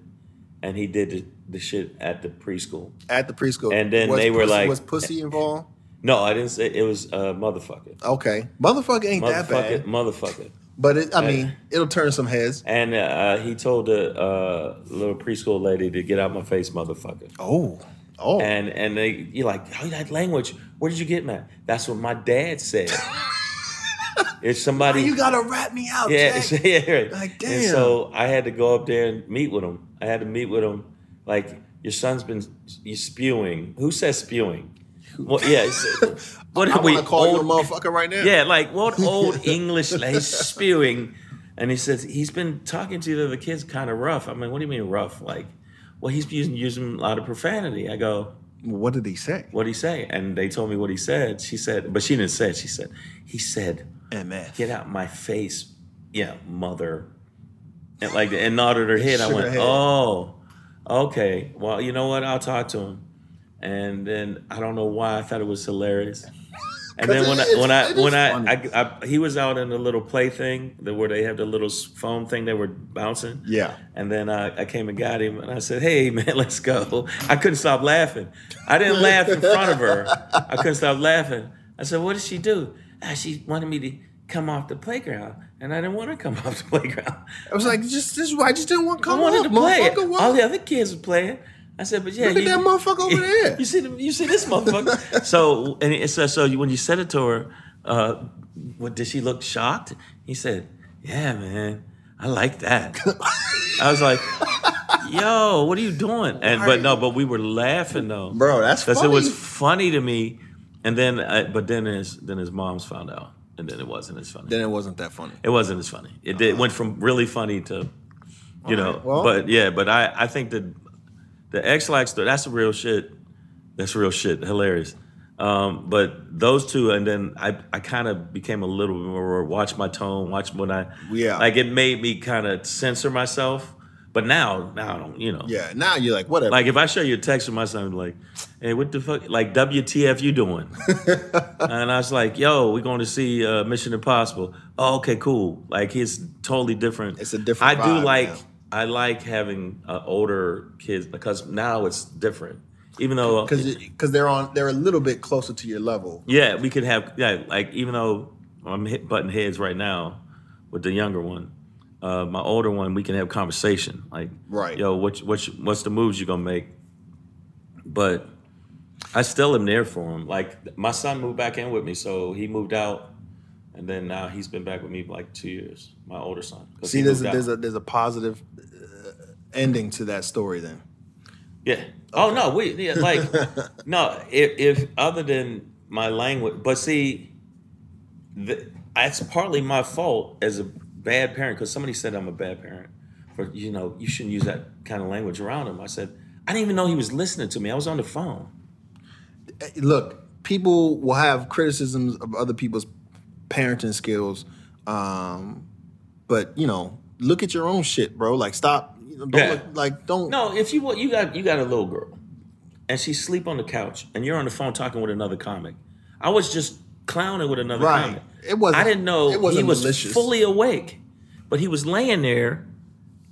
Speaker 2: and he did the, the shit at the preschool.
Speaker 1: At the preschool,
Speaker 2: And then
Speaker 1: Was
Speaker 2: they were
Speaker 1: pussy-
Speaker 2: like-
Speaker 1: "Was pussy involved?"
Speaker 2: No, I didn't say it was uh, motherfucker.
Speaker 1: Okay, motherfucker ain't that
Speaker 2: Motherfucker,
Speaker 1: bad,
Speaker 2: motherfucker.
Speaker 1: but it, I mean, it'll turn some heads.
Speaker 2: And uh, he told the uh, little preschool lady to get out my face, motherfucker.
Speaker 1: Oh, oh,
Speaker 2: And and they you're like, oh, that language. Where did you get that? That's what my dad said. it's somebody.
Speaker 1: you gotta rat me out,
Speaker 2: yeah,
Speaker 1: Jack.
Speaker 2: yeah. Right.
Speaker 1: Like,
Speaker 2: And
Speaker 1: damn.
Speaker 2: so I had to go up there and meet with him. I had to meet with him. Like your son's been you spewing. Who says spewing? Well, yeah. it's- What
Speaker 1: I
Speaker 2: are we
Speaker 1: want to call you a
Speaker 2: old-
Speaker 1: motherfucker right now.
Speaker 2: yeah, like what old English like, he's spewing, and he says he's been talking to the other kids kind of rough. I mean, what do you mean rough? Like, well, he's using using a lot of profanity. I go,
Speaker 1: What did he say?
Speaker 2: what would he say? And they told me what he said. She said, but she didn't say. it. She said, he said,
Speaker 1: MF.
Speaker 2: get out my face, yeah, mother, and like and nodded her head. I
Speaker 1: Shook
Speaker 2: went,
Speaker 1: her head.
Speaker 2: oh, okay. Well, you know what? I'll talk to him. And then I don't know why I thought it was hilarious. And then
Speaker 1: it
Speaker 2: when
Speaker 1: is-
Speaker 2: I, when I
Speaker 1: it is
Speaker 2: when
Speaker 1: funny.
Speaker 2: I, I, I he was out in the little play thing that where they have the little s- foam thing they were bouncing.
Speaker 1: Yeah.
Speaker 2: And then I, I came and got him and I said, Hey man, let's go. I couldn't stop laughing. I didn't laugh in front of her. I couldn't stop laughing. I said, What did she do? Ah, she wanted me to come off the playground, and I didn't want to come off the playground.
Speaker 1: I was like, just this. is why I just didn't want to
Speaker 2: I
Speaker 1: come
Speaker 2: wanted
Speaker 1: up,
Speaker 2: to play it.
Speaker 1: motherfucker. What?
Speaker 2: All the other kids were playing. I said, but yeah,
Speaker 1: Look at that motherfucker over there.
Speaker 2: You see, the, you see this motherfucker. so, and it, so, so you- when you said it to her, uh, what did she look shocked? He said, "Yeah, man, I like that." I was like, "Yo, what are you doing?" And but no, but we were laughing though,
Speaker 1: Bro, that's
Speaker 2: because it was
Speaker 1: funny.
Speaker 2: funny to me. And then, I, but then his then his mom's found out, and then it wasn't as funny.
Speaker 1: then it wasn't that funny.
Speaker 2: It wasn't as funny. It did, went from really funny to, you know.
Speaker 1: well-
Speaker 2: but yeah, but I, I think that the X Lax story that's real shit. That's real shit. Hilarious. Um, but those two, and then I, I kind of became a little bit more watch my tone, watch when I,
Speaker 1: Yeah.
Speaker 2: like it made me kind of censor myself. But now, now I don't, you know,
Speaker 1: Yeah. Now you're like, whatever.
Speaker 2: like if I show you a text from my son, like, hey, what the fuck, like WTF you doing? and I was like, yo, we're going to see uh, Mission Impossible. Oh, okay, cool. Like he's totally different.
Speaker 1: It's a different
Speaker 2: I do
Speaker 1: vibe
Speaker 2: like
Speaker 1: now.
Speaker 2: I like having uh, older kids because now it's different. Even though
Speaker 1: because because they're on they're a little bit closer to your level.
Speaker 2: yeah, we could have yeah, like even though I'm hit button heads right now with the younger one, uh, my older one, we can have conversation like,
Speaker 1: Right.
Speaker 2: yo, what what what's the moves you gonna make? But I still am there for him. Like my son moved back in with me, so he moved out, and then now he's been back with me for like two years. My older son. 'cause
Speaker 1: See,
Speaker 2: he
Speaker 1: there's a,
Speaker 2: moved out.
Speaker 1: there's a there's a positive uh, ending to that story. Then
Speaker 2: Yeah. Oh no, we yeah, like no. If, if other than my language, but see, the, that's partly my fault as a bad parent because somebody said I'm a bad parent for you know you shouldn't use that kind of language around him. I said I didn't even know he was listening to me. I was on the phone.
Speaker 1: Eh, look, people will have criticisms of other people's parenting skills, um, but you know, look at your own shit, bro. Like, stop. you know, Don't
Speaker 2: Yeah.
Speaker 1: look, like don't.
Speaker 2: No, if you want, you got you got a little girl, and she sleep on the couch, and you're on the phone talking with another comic. I was just clowning with another
Speaker 1: Right.
Speaker 2: comic.
Speaker 1: It wasn't-
Speaker 2: I didn't know
Speaker 1: it wasn't
Speaker 2: he was
Speaker 1: malicious.
Speaker 2: fully awake, but he was laying there,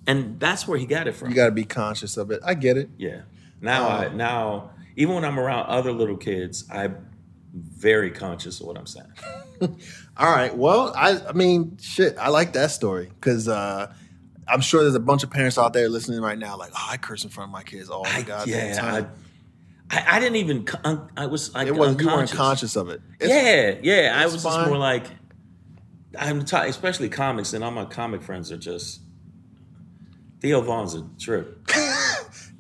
Speaker 2: and that's where he got it from.
Speaker 1: You got Oh. to be conscious of it. I get it.
Speaker 2: yeah. Now I now even when I'm around other little kids, I'm very conscious of what I'm saying.
Speaker 1: All right. Well, I I mean, shit. I like that story because uh, I'm sure there's a bunch of parents out there listening right now, like, oh, I curse in front of my kids all the goddamn
Speaker 2: yeah.
Speaker 1: time.
Speaker 2: I, I, I didn't even. con- I was. Like,
Speaker 1: it wasn't. You weren't
Speaker 2: unconscious.
Speaker 1: conscious of it. It's-
Speaker 2: yeah, yeah. I
Speaker 1: it's
Speaker 2: was
Speaker 1: fine.
Speaker 2: just more like, I'm t- especially comics, and all my comic friends are just. Theo Vaughn's a trip.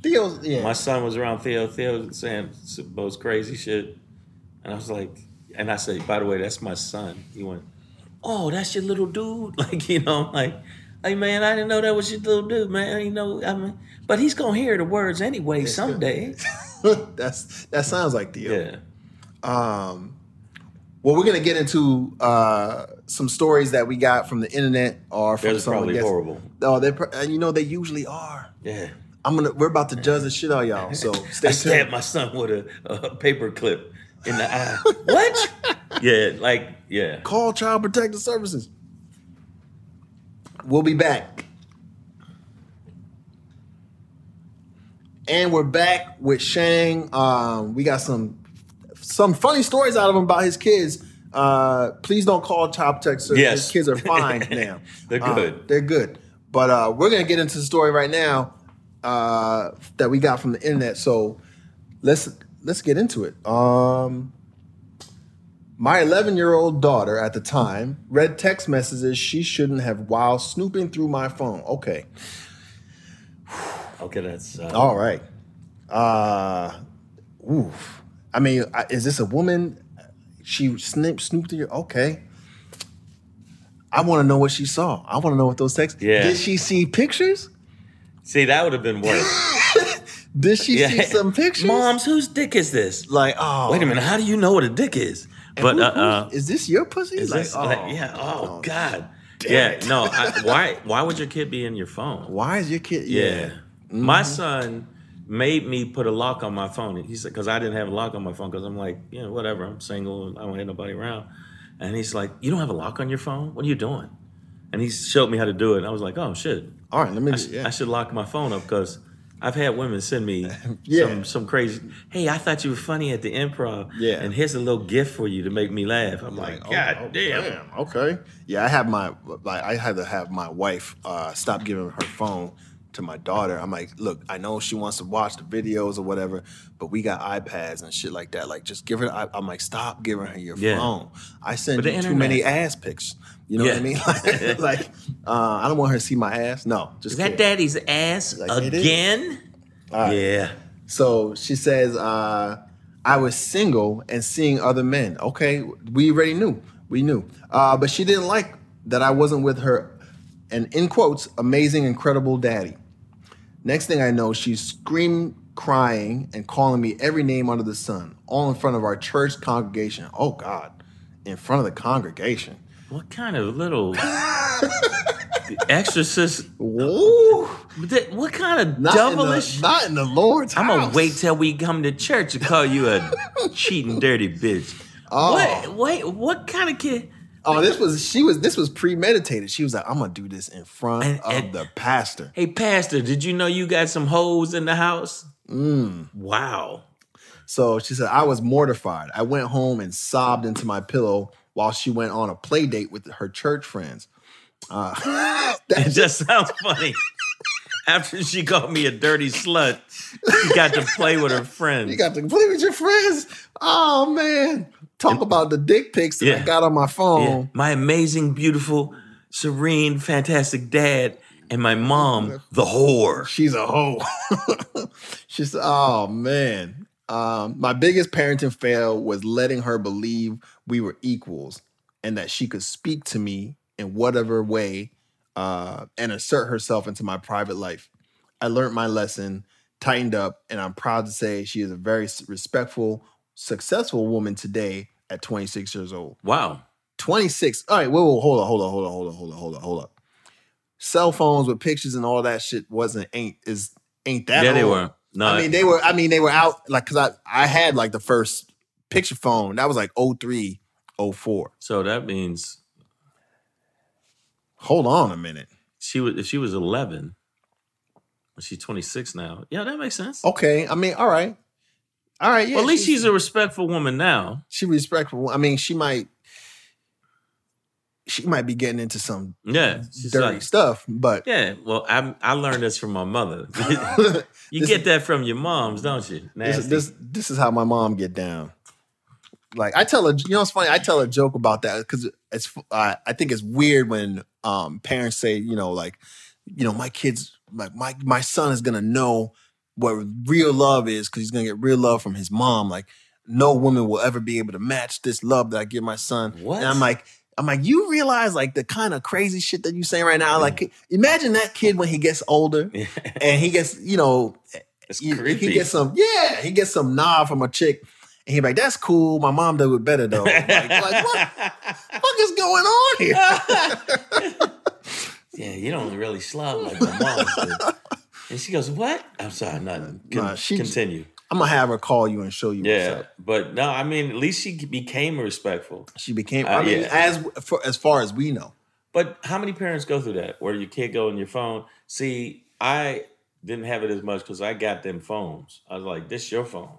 Speaker 1: Theo's, yeah.
Speaker 2: My son was around Theo. Theo was saying some most crazy shit, and I was like, and I said, by the way, that's my son. He went, oh, that's your little dude. Like you know, I'm like. Hey man, I didn't know that was your little dude, man. You know, I mean, but he's gonna hear the words anyway someday.
Speaker 1: That's that sounds like Theo.
Speaker 2: Yeah,
Speaker 1: Well, we're gonna get into uh, some stories that we got from the internet or from
Speaker 2: Those are
Speaker 1: some
Speaker 2: probably
Speaker 1: guests.
Speaker 2: horrible.
Speaker 1: Oh, they pro- and you know they usually are.
Speaker 2: yeah.
Speaker 1: I'm gonna we're about to judge the shit out of y'all. So stay
Speaker 2: I
Speaker 1: tuned.
Speaker 2: stabbed my son with a, a paper clip in the eye. what? Yeah, like yeah.
Speaker 1: Call Child Protective Services. We'll be back. And we're back with Shang. Um, we got some some funny stories out of him about his kids. Uh, please don't call Child Protective Services.
Speaker 2: Yes.
Speaker 1: His kids are fine now.
Speaker 2: They're
Speaker 1: Uh,
Speaker 2: good.
Speaker 1: they're good. But uh, we're gonna get into the story right now uh, that we got from the internet. So let's let's get into it. Um, my 11 year old daughter at the time read text messages she shouldn't have while snooping through my phone. Okay.
Speaker 2: Okay, that's uh,
Speaker 1: All right. Uh, oof. I mean, I- is this a woman? She snip, snooped through your. Okay. I want to know what she saw. I want to know what those texts.
Speaker 2: Yeah.
Speaker 1: Did she see pictures?
Speaker 2: see that would have been worse.
Speaker 1: Did she
Speaker 2: Yeah.
Speaker 1: see some pictures?
Speaker 2: Moms, whose dick is this?
Speaker 1: like, oh,
Speaker 2: Wait a minute, how do you know what a dick is? But
Speaker 1: who-
Speaker 2: uh,
Speaker 1: who-
Speaker 2: uh,
Speaker 1: is this your pussy?
Speaker 2: is
Speaker 1: Like,
Speaker 2: this like,
Speaker 1: oh,
Speaker 2: yeah? Oh,
Speaker 1: oh,
Speaker 2: God.
Speaker 1: damn
Speaker 2: Yeah,
Speaker 1: it.
Speaker 2: no. I, why? Why would your kid be in your phone?
Speaker 1: Why is your kid?
Speaker 2: Yeah. My
Speaker 1: Mm-hmm.
Speaker 2: son made me put a lock on my phone. He said, because I didn't have a lock on my phone, because I'm like, you know, whatever, I'm single, and I don't have nobody around. And he's like, you don't have a lock on your phone? What are you doing? And he showed me how to do it. And I was like, oh, shit.
Speaker 1: All right. Let me.
Speaker 2: I, sh-
Speaker 1: yeah.
Speaker 2: I should lock my phone up because I've had women send me
Speaker 1: Yeah.
Speaker 2: some some crazy. Hey, I thought you were funny at the improv.
Speaker 1: Yeah.
Speaker 2: And here's a little gift for you to make me laugh. I'm like,
Speaker 1: Like, oh,
Speaker 2: God
Speaker 1: oh,
Speaker 2: damn.
Speaker 1: Okay. Yeah, I have my like I had to have my wife uh, stop giving her phone to my daughter. I'm like, look, I know she wants to watch the videos or whatever, but we got iPads and shit like that. Like, just give her. the i- I'm like, stop giving her your
Speaker 2: Yeah.
Speaker 1: phone. I send
Speaker 2: But the
Speaker 1: you too many
Speaker 2: internet-
Speaker 1: ass pics. You know what I
Speaker 2: Yeah.
Speaker 1: mean? Like, like, uh, I don't want her to see my ass. No, just
Speaker 2: Is that
Speaker 1: kidding.
Speaker 2: daddy's ass
Speaker 1: Like, it is.
Speaker 2: again? Yeah.
Speaker 1: So she says, uh, I was single and seeing other men. Okay, we already knew. We knew. Uh, but she didn't like that I wasn't with her, and in quotes, amazing, incredible daddy. Next thing I know, she's screaming, crying, and calling me every name under the sun, all in front of our church congregation. Oh, God, in front of the congregation.
Speaker 2: What kind of little exorcist?
Speaker 1: Ooh,
Speaker 2: that- What kind of
Speaker 1: not,
Speaker 2: devilish?
Speaker 1: in the, not in the Lord's
Speaker 2: I'm gonna
Speaker 1: house.
Speaker 2: wait till we come to church and call you a cheating, dirty bitch.
Speaker 1: Oh.
Speaker 2: What? Wait, what kind of kid?
Speaker 1: Oh, this was she was this was premeditated. She was like, "I'm gonna do this in front
Speaker 2: And-
Speaker 1: of
Speaker 2: and-
Speaker 1: the pastor."
Speaker 2: Hey, pastor, did you know you got some hoes in the house?
Speaker 1: Mm.
Speaker 2: Wow.
Speaker 1: So she said, "I was mortified. I went home and sobbed into my pillow while she went on a play date with her church friends." Uh,
Speaker 2: It
Speaker 1: that-
Speaker 2: just sounds funny. After she called me a dirty slut, she got to play with her
Speaker 1: you
Speaker 2: friends.
Speaker 1: got to play with your friends. Oh man, talk about the dick pics that I
Speaker 2: Yeah.
Speaker 1: got on my
Speaker 2: Yeah.
Speaker 1: phone.
Speaker 2: My amazing, beautiful, serene, fantastic dad and my mom, the whore.
Speaker 1: She's a hoe. she said, "Oh man." Um, my biggest parenting fail was letting her believe we were equals and that she could speak to me in whatever way uh, and assert herself into my private life. I learned my lesson, tightened up, and I'm proud to say she is a very s- respectful, successful woman today at 26 years old.
Speaker 2: Wow.
Speaker 1: 26. All right, whoa, whoa, hold on, hold on, hold on, hold on, hold on, hold on, hold up. Cell phones with pictures and all that shit wasn't ain't is ain't that
Speaker 2: yeah, they
Speaker 1: old.
Speaker 2: were. No,
Speaker 1: I mean, they were. I mean, they were out like because I I had like the first picture phone that was like 03, 04.
Speaker 2: so that means
Speaker 1: Hold on a minute.
Speaker 2: she was if she was 11, well, she's 26 now. Yeah, that makes sense.
Speaker 1: Okay, I mean, all right, all right. Oh, Yeah,
Speaker 2: well, at least she's a respectful woman now.
Speaker 1: she respectful. I mean, she might she might be getting into some
Speaker 2: Yeah, she's
Speaker 1: dirty
Speaker 2: like-
Speaker 1: stuff, but
Speaker 2: Yeah, well, I I learned this from my mother. you
Speaker 1: This-
Speaker 2: get that from your moms, don't you?
Speaker 1: This,
Speaker 2: Nasty.
Speaker 1: is- this this is how my mom get down. Like I tell a you know it's funny I tell a joke about that because it's I, I think it's weird when um parents say you know like you know my kids like my my son is gonna know what real love is because he's gonna get real love from his mom like no woman will ever be able to match this love that I give my son
Speaker 2: What?
Speaker 1: and I'm like I'm like you realize like the kind of crazy shit that you saying right now like imagine that kid when he gets older and he gets you know
Speaker 2: it's
Speaker 1: you-
Speaker 2: creepy.
Speaker 1: He gets some, yeah, he gets some nod from a chick, and he be like, "That's cool. My mom does it better though." like, like, what the fuck is going on here?
Speaker 2: yeah, you don't really slob like my mom. did. and she goes, "What? I'm sorry, nothing." Con-
Speaker 1: Nah, she-
Speaker 2: continue.
Speaker 1: I'm gonna have her call you and show you.
Speaker 2: Yeah,
Speaker 1: What's up.
Speaker 2: but no, I mean, at least she became respectful.
Speaker 1: She became.
Speaker 2: Uh,
Speaker 1: I mean,
Speaker 2: yeah.
Speaker 1: as for, as far as we know,
Speaker 2: But how many parents go through that where your kid go on your phone? See, I didn't have it as much because I got them phones. I was like, this your phone.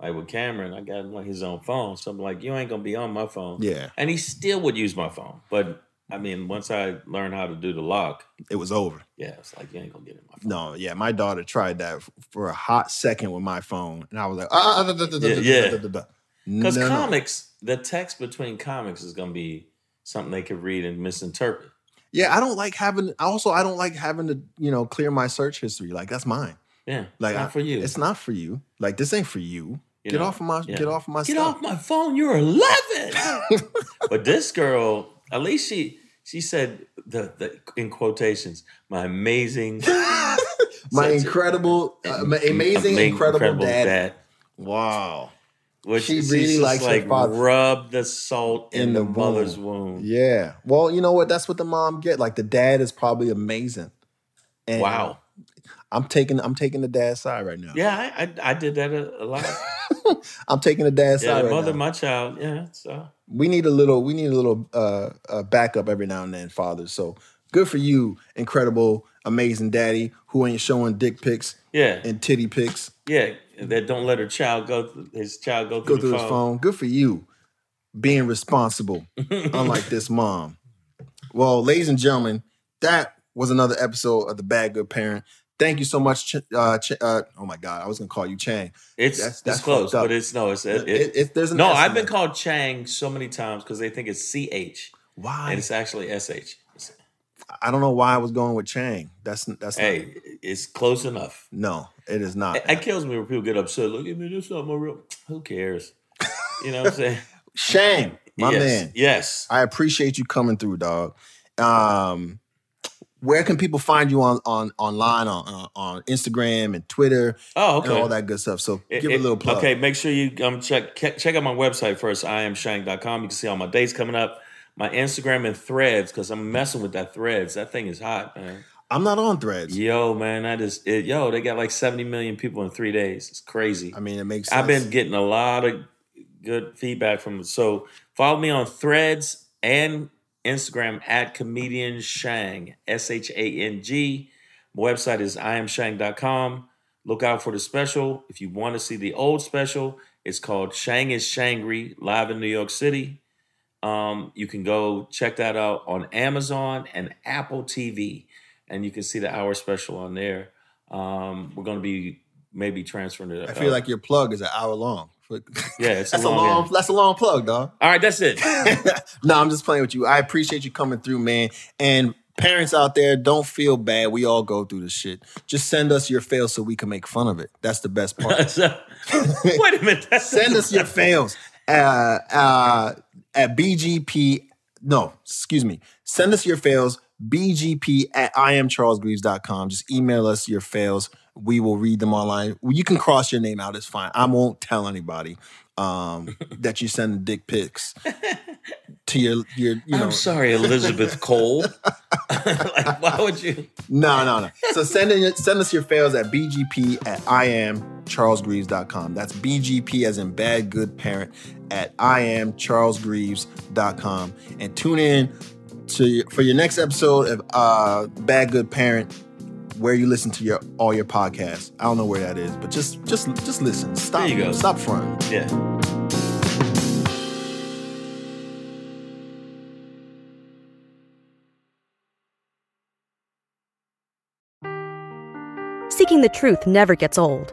Speaker 2: Like with Cameron, I got him like his own phone. So I'm like, you ain't gonna be on my phone.
Speaker 1: Yeah.
Speaker 2: And he still would use my phone. But I mean, once I learned how to do the lock,
Speaker 1: it was over.
Speaker 2: yeah, it's like you ain't gonna get in my phone.
Speaker 1: No, yeah, my daughter tried that f- for a hot second with my phone, and I was like, ah, da, da, da, da,
Speaker 2: Yeah,
Speaker 1: da,
Speaker 2: yeah.
Speaker 1: da, da, da, da.
Speaker 2: Because
Speaker 1: No, no.
Speaker 2: comics, the text between comics is gonna be something they could read and misinterpret.
Speaker 1: yeah, I don't like having. Also, I don't like having to, you know, clear my search history. Like that's mine.
Speaker 2: Yeah.
Speaker 1: Like
Speaker 2: Like not
Speaker 1: I-
Speaker 2: for you.
Speaker 1: It's not for you. Like this ain't for you.
Speaker 2: You
Speaker 1: get
Speaker 2: know,
Speaker 1: off of my.
Speaker 2: yeah.
Speaker 1: Get off of my.
Speaker 2: Get
Speaker 1: stuff.
Speaker 2: off my phone. You're 11. but this girl, at least she she said the, the in quotations, my amazing,
Speaker 1: my
Speaker 2: Such a-
Speaker 1: incredible, uh, ma- amazing,
Speaker 2: ama-
Speaker 1: incredible, dad.
Speaker 2: dad.
Speaker 1: Wow.
Speaker 2: Which
Speaker 1: She
Speaker 2: she
Speaker 1: really
Speaker 2: really
Speaker 1: likes
Speaker 2: likes
Speaker 1: her
Speaker 2: like
Speaker 1: father.
Speaker 2: rub the salt in,
Speaker 1: In
Speaker 2: the,
Speaker 1: the
Speaker 2: mother's womb.
Speaker 1: Yeah. Well, you know what? That's what the mom get. Like the dad is probably amazing. And
Speaker 2: Wow.
Speaker 1: I'm taking I'm taking the dad's side right now.
Speaker 2: Yeah, I, I I did that a, a lot.
Speaker 1: I'm taking the dad's
Speaker 2: yeah,
Speaker 1: side
Speaker 2: the
Speaker 1: right
Speaker 2: mother,
Speaker 1: now.
Speaker 2: my child. Yeah, so
Speaker 1: we need a little we need a little uh, uh backup every now and then, father. So Good for you, incredible, amazing daddy who ain't showing dick pics
Speaker 2: Yeah,
Speaker 1: and titty pics.
Speaker 2: yeah. That don't let her child go. Th- his child go
Speaker 1: Go
Speaker 2: through,
Speaker 1: through his phone. Good for you, being responsible, unlike this mom. Well, ladies and gentlemen, that was another episode of the Bad Good Parent. Thank you so much. Ch- uh, Ch- uh, oh my God, I was gonna call you Chang.
Speaker 2: It's
Speaker 1: That's-
Speaker 2: it's
Speaker 1: that's
Speaker 2: close,
Speaker 1: fucked up.
Speaker 2: but it's no. It's it,
Speaker 1: If- if there's an
Speaker 2: no.
Speaker 1: S in
Speaker 2: I've been
Speaker 1: there.
Speaker 2: called Chang so many times because they think it's C H
Speaker 1: Why?
Speaker 2: and it's actually S H.
Speaker 1: I don't know why I was going with Chang. That's that's not,
Speaker 2: Hey, it's close enough.
Speaker 1: no, it is not.
Speaker 2: It, it kills me when people get upset. Look at me, this not my real. Who cares? You know what I'm saying?
Speaker 1: Shame, my
Speaker 2: yes.
Speaker 1: man.
Speaker 2: Yes.
Speaker 1: I appreciate you coming through, dog. Um, where can people find you on on online on on, on Instagram and Twitter
Speaker 2: Oh, okay.
Speaker 1: and all that good stuff? So
Speaker 2: It-
Speaker 1: give it a
Speaker 2: it-
Speaker 1: little plug.
Speaker 2: Okay, make sure you um check check check out my website first. I am shank.com. You can see all my dates coming up, my Instagram and Threads because I'm messing with that Threads. That thing is hot, man.
Speaker 1: I'm not on Threads.
Speaker 2: Yo, man, that is it. Yo, they got like 70 million people in three days. It's crazy.
Speaker 1: I mean, it makes. Sense.
Speaker 2: I've been getting a lot of good feedback from so follow me on Threads and Instagram at comedian Shang S H A N G. My website is iamshang.com. Look out for the special. If you want to see the old special, it's called Shang is Shangri live in New York City. Um, you can go check that out on Amazon and Apple TV, and you can see the hour special on there. Um, we're going to be maybe transferring it.
Speaker 1: I feel like your plug is an hour long.
Speaker 2: yeah, it's
Speaker 1: that's
Speaker 2: a long. end.
Speaker 1: That's a long plug, dog.
Speaker 2: All right, that's it.
Speaker 1: no, I'm just playing with you. I appreciate you coming through, man. And parents out there, don't feel bad. We all go through this shit. Just send us your fails so we can make fun of it. That's the best part.
Speaker 2: So- wait a minute. That's
Speaker 1: send us your fails uh, uh, at bgp no excuse me send us your fails bgp at iamcharlesgreaves.com just email us your fails we will read them online you can cross your name out it's fine i won't tell anybody um, that you send dick pics to your your you know
Speaker 2: I'm sorry, Elizabeth Cole. like, why would you?
Speaker 1: no no no so send in, send us your fails at bgp at iamcharlesgreaves.com that's bgp as in bad good parent at iamcharlesgreaves.com and tune in to your, for your next episode of uh, bad good parent where you listen to your all your podcasts i don't know where that is but just just just listen stop
Speaker 2: you go.
Speaker 1: stop front
Speaker 2: Yeah.
Speaker 3: Seeking the truth never gets old.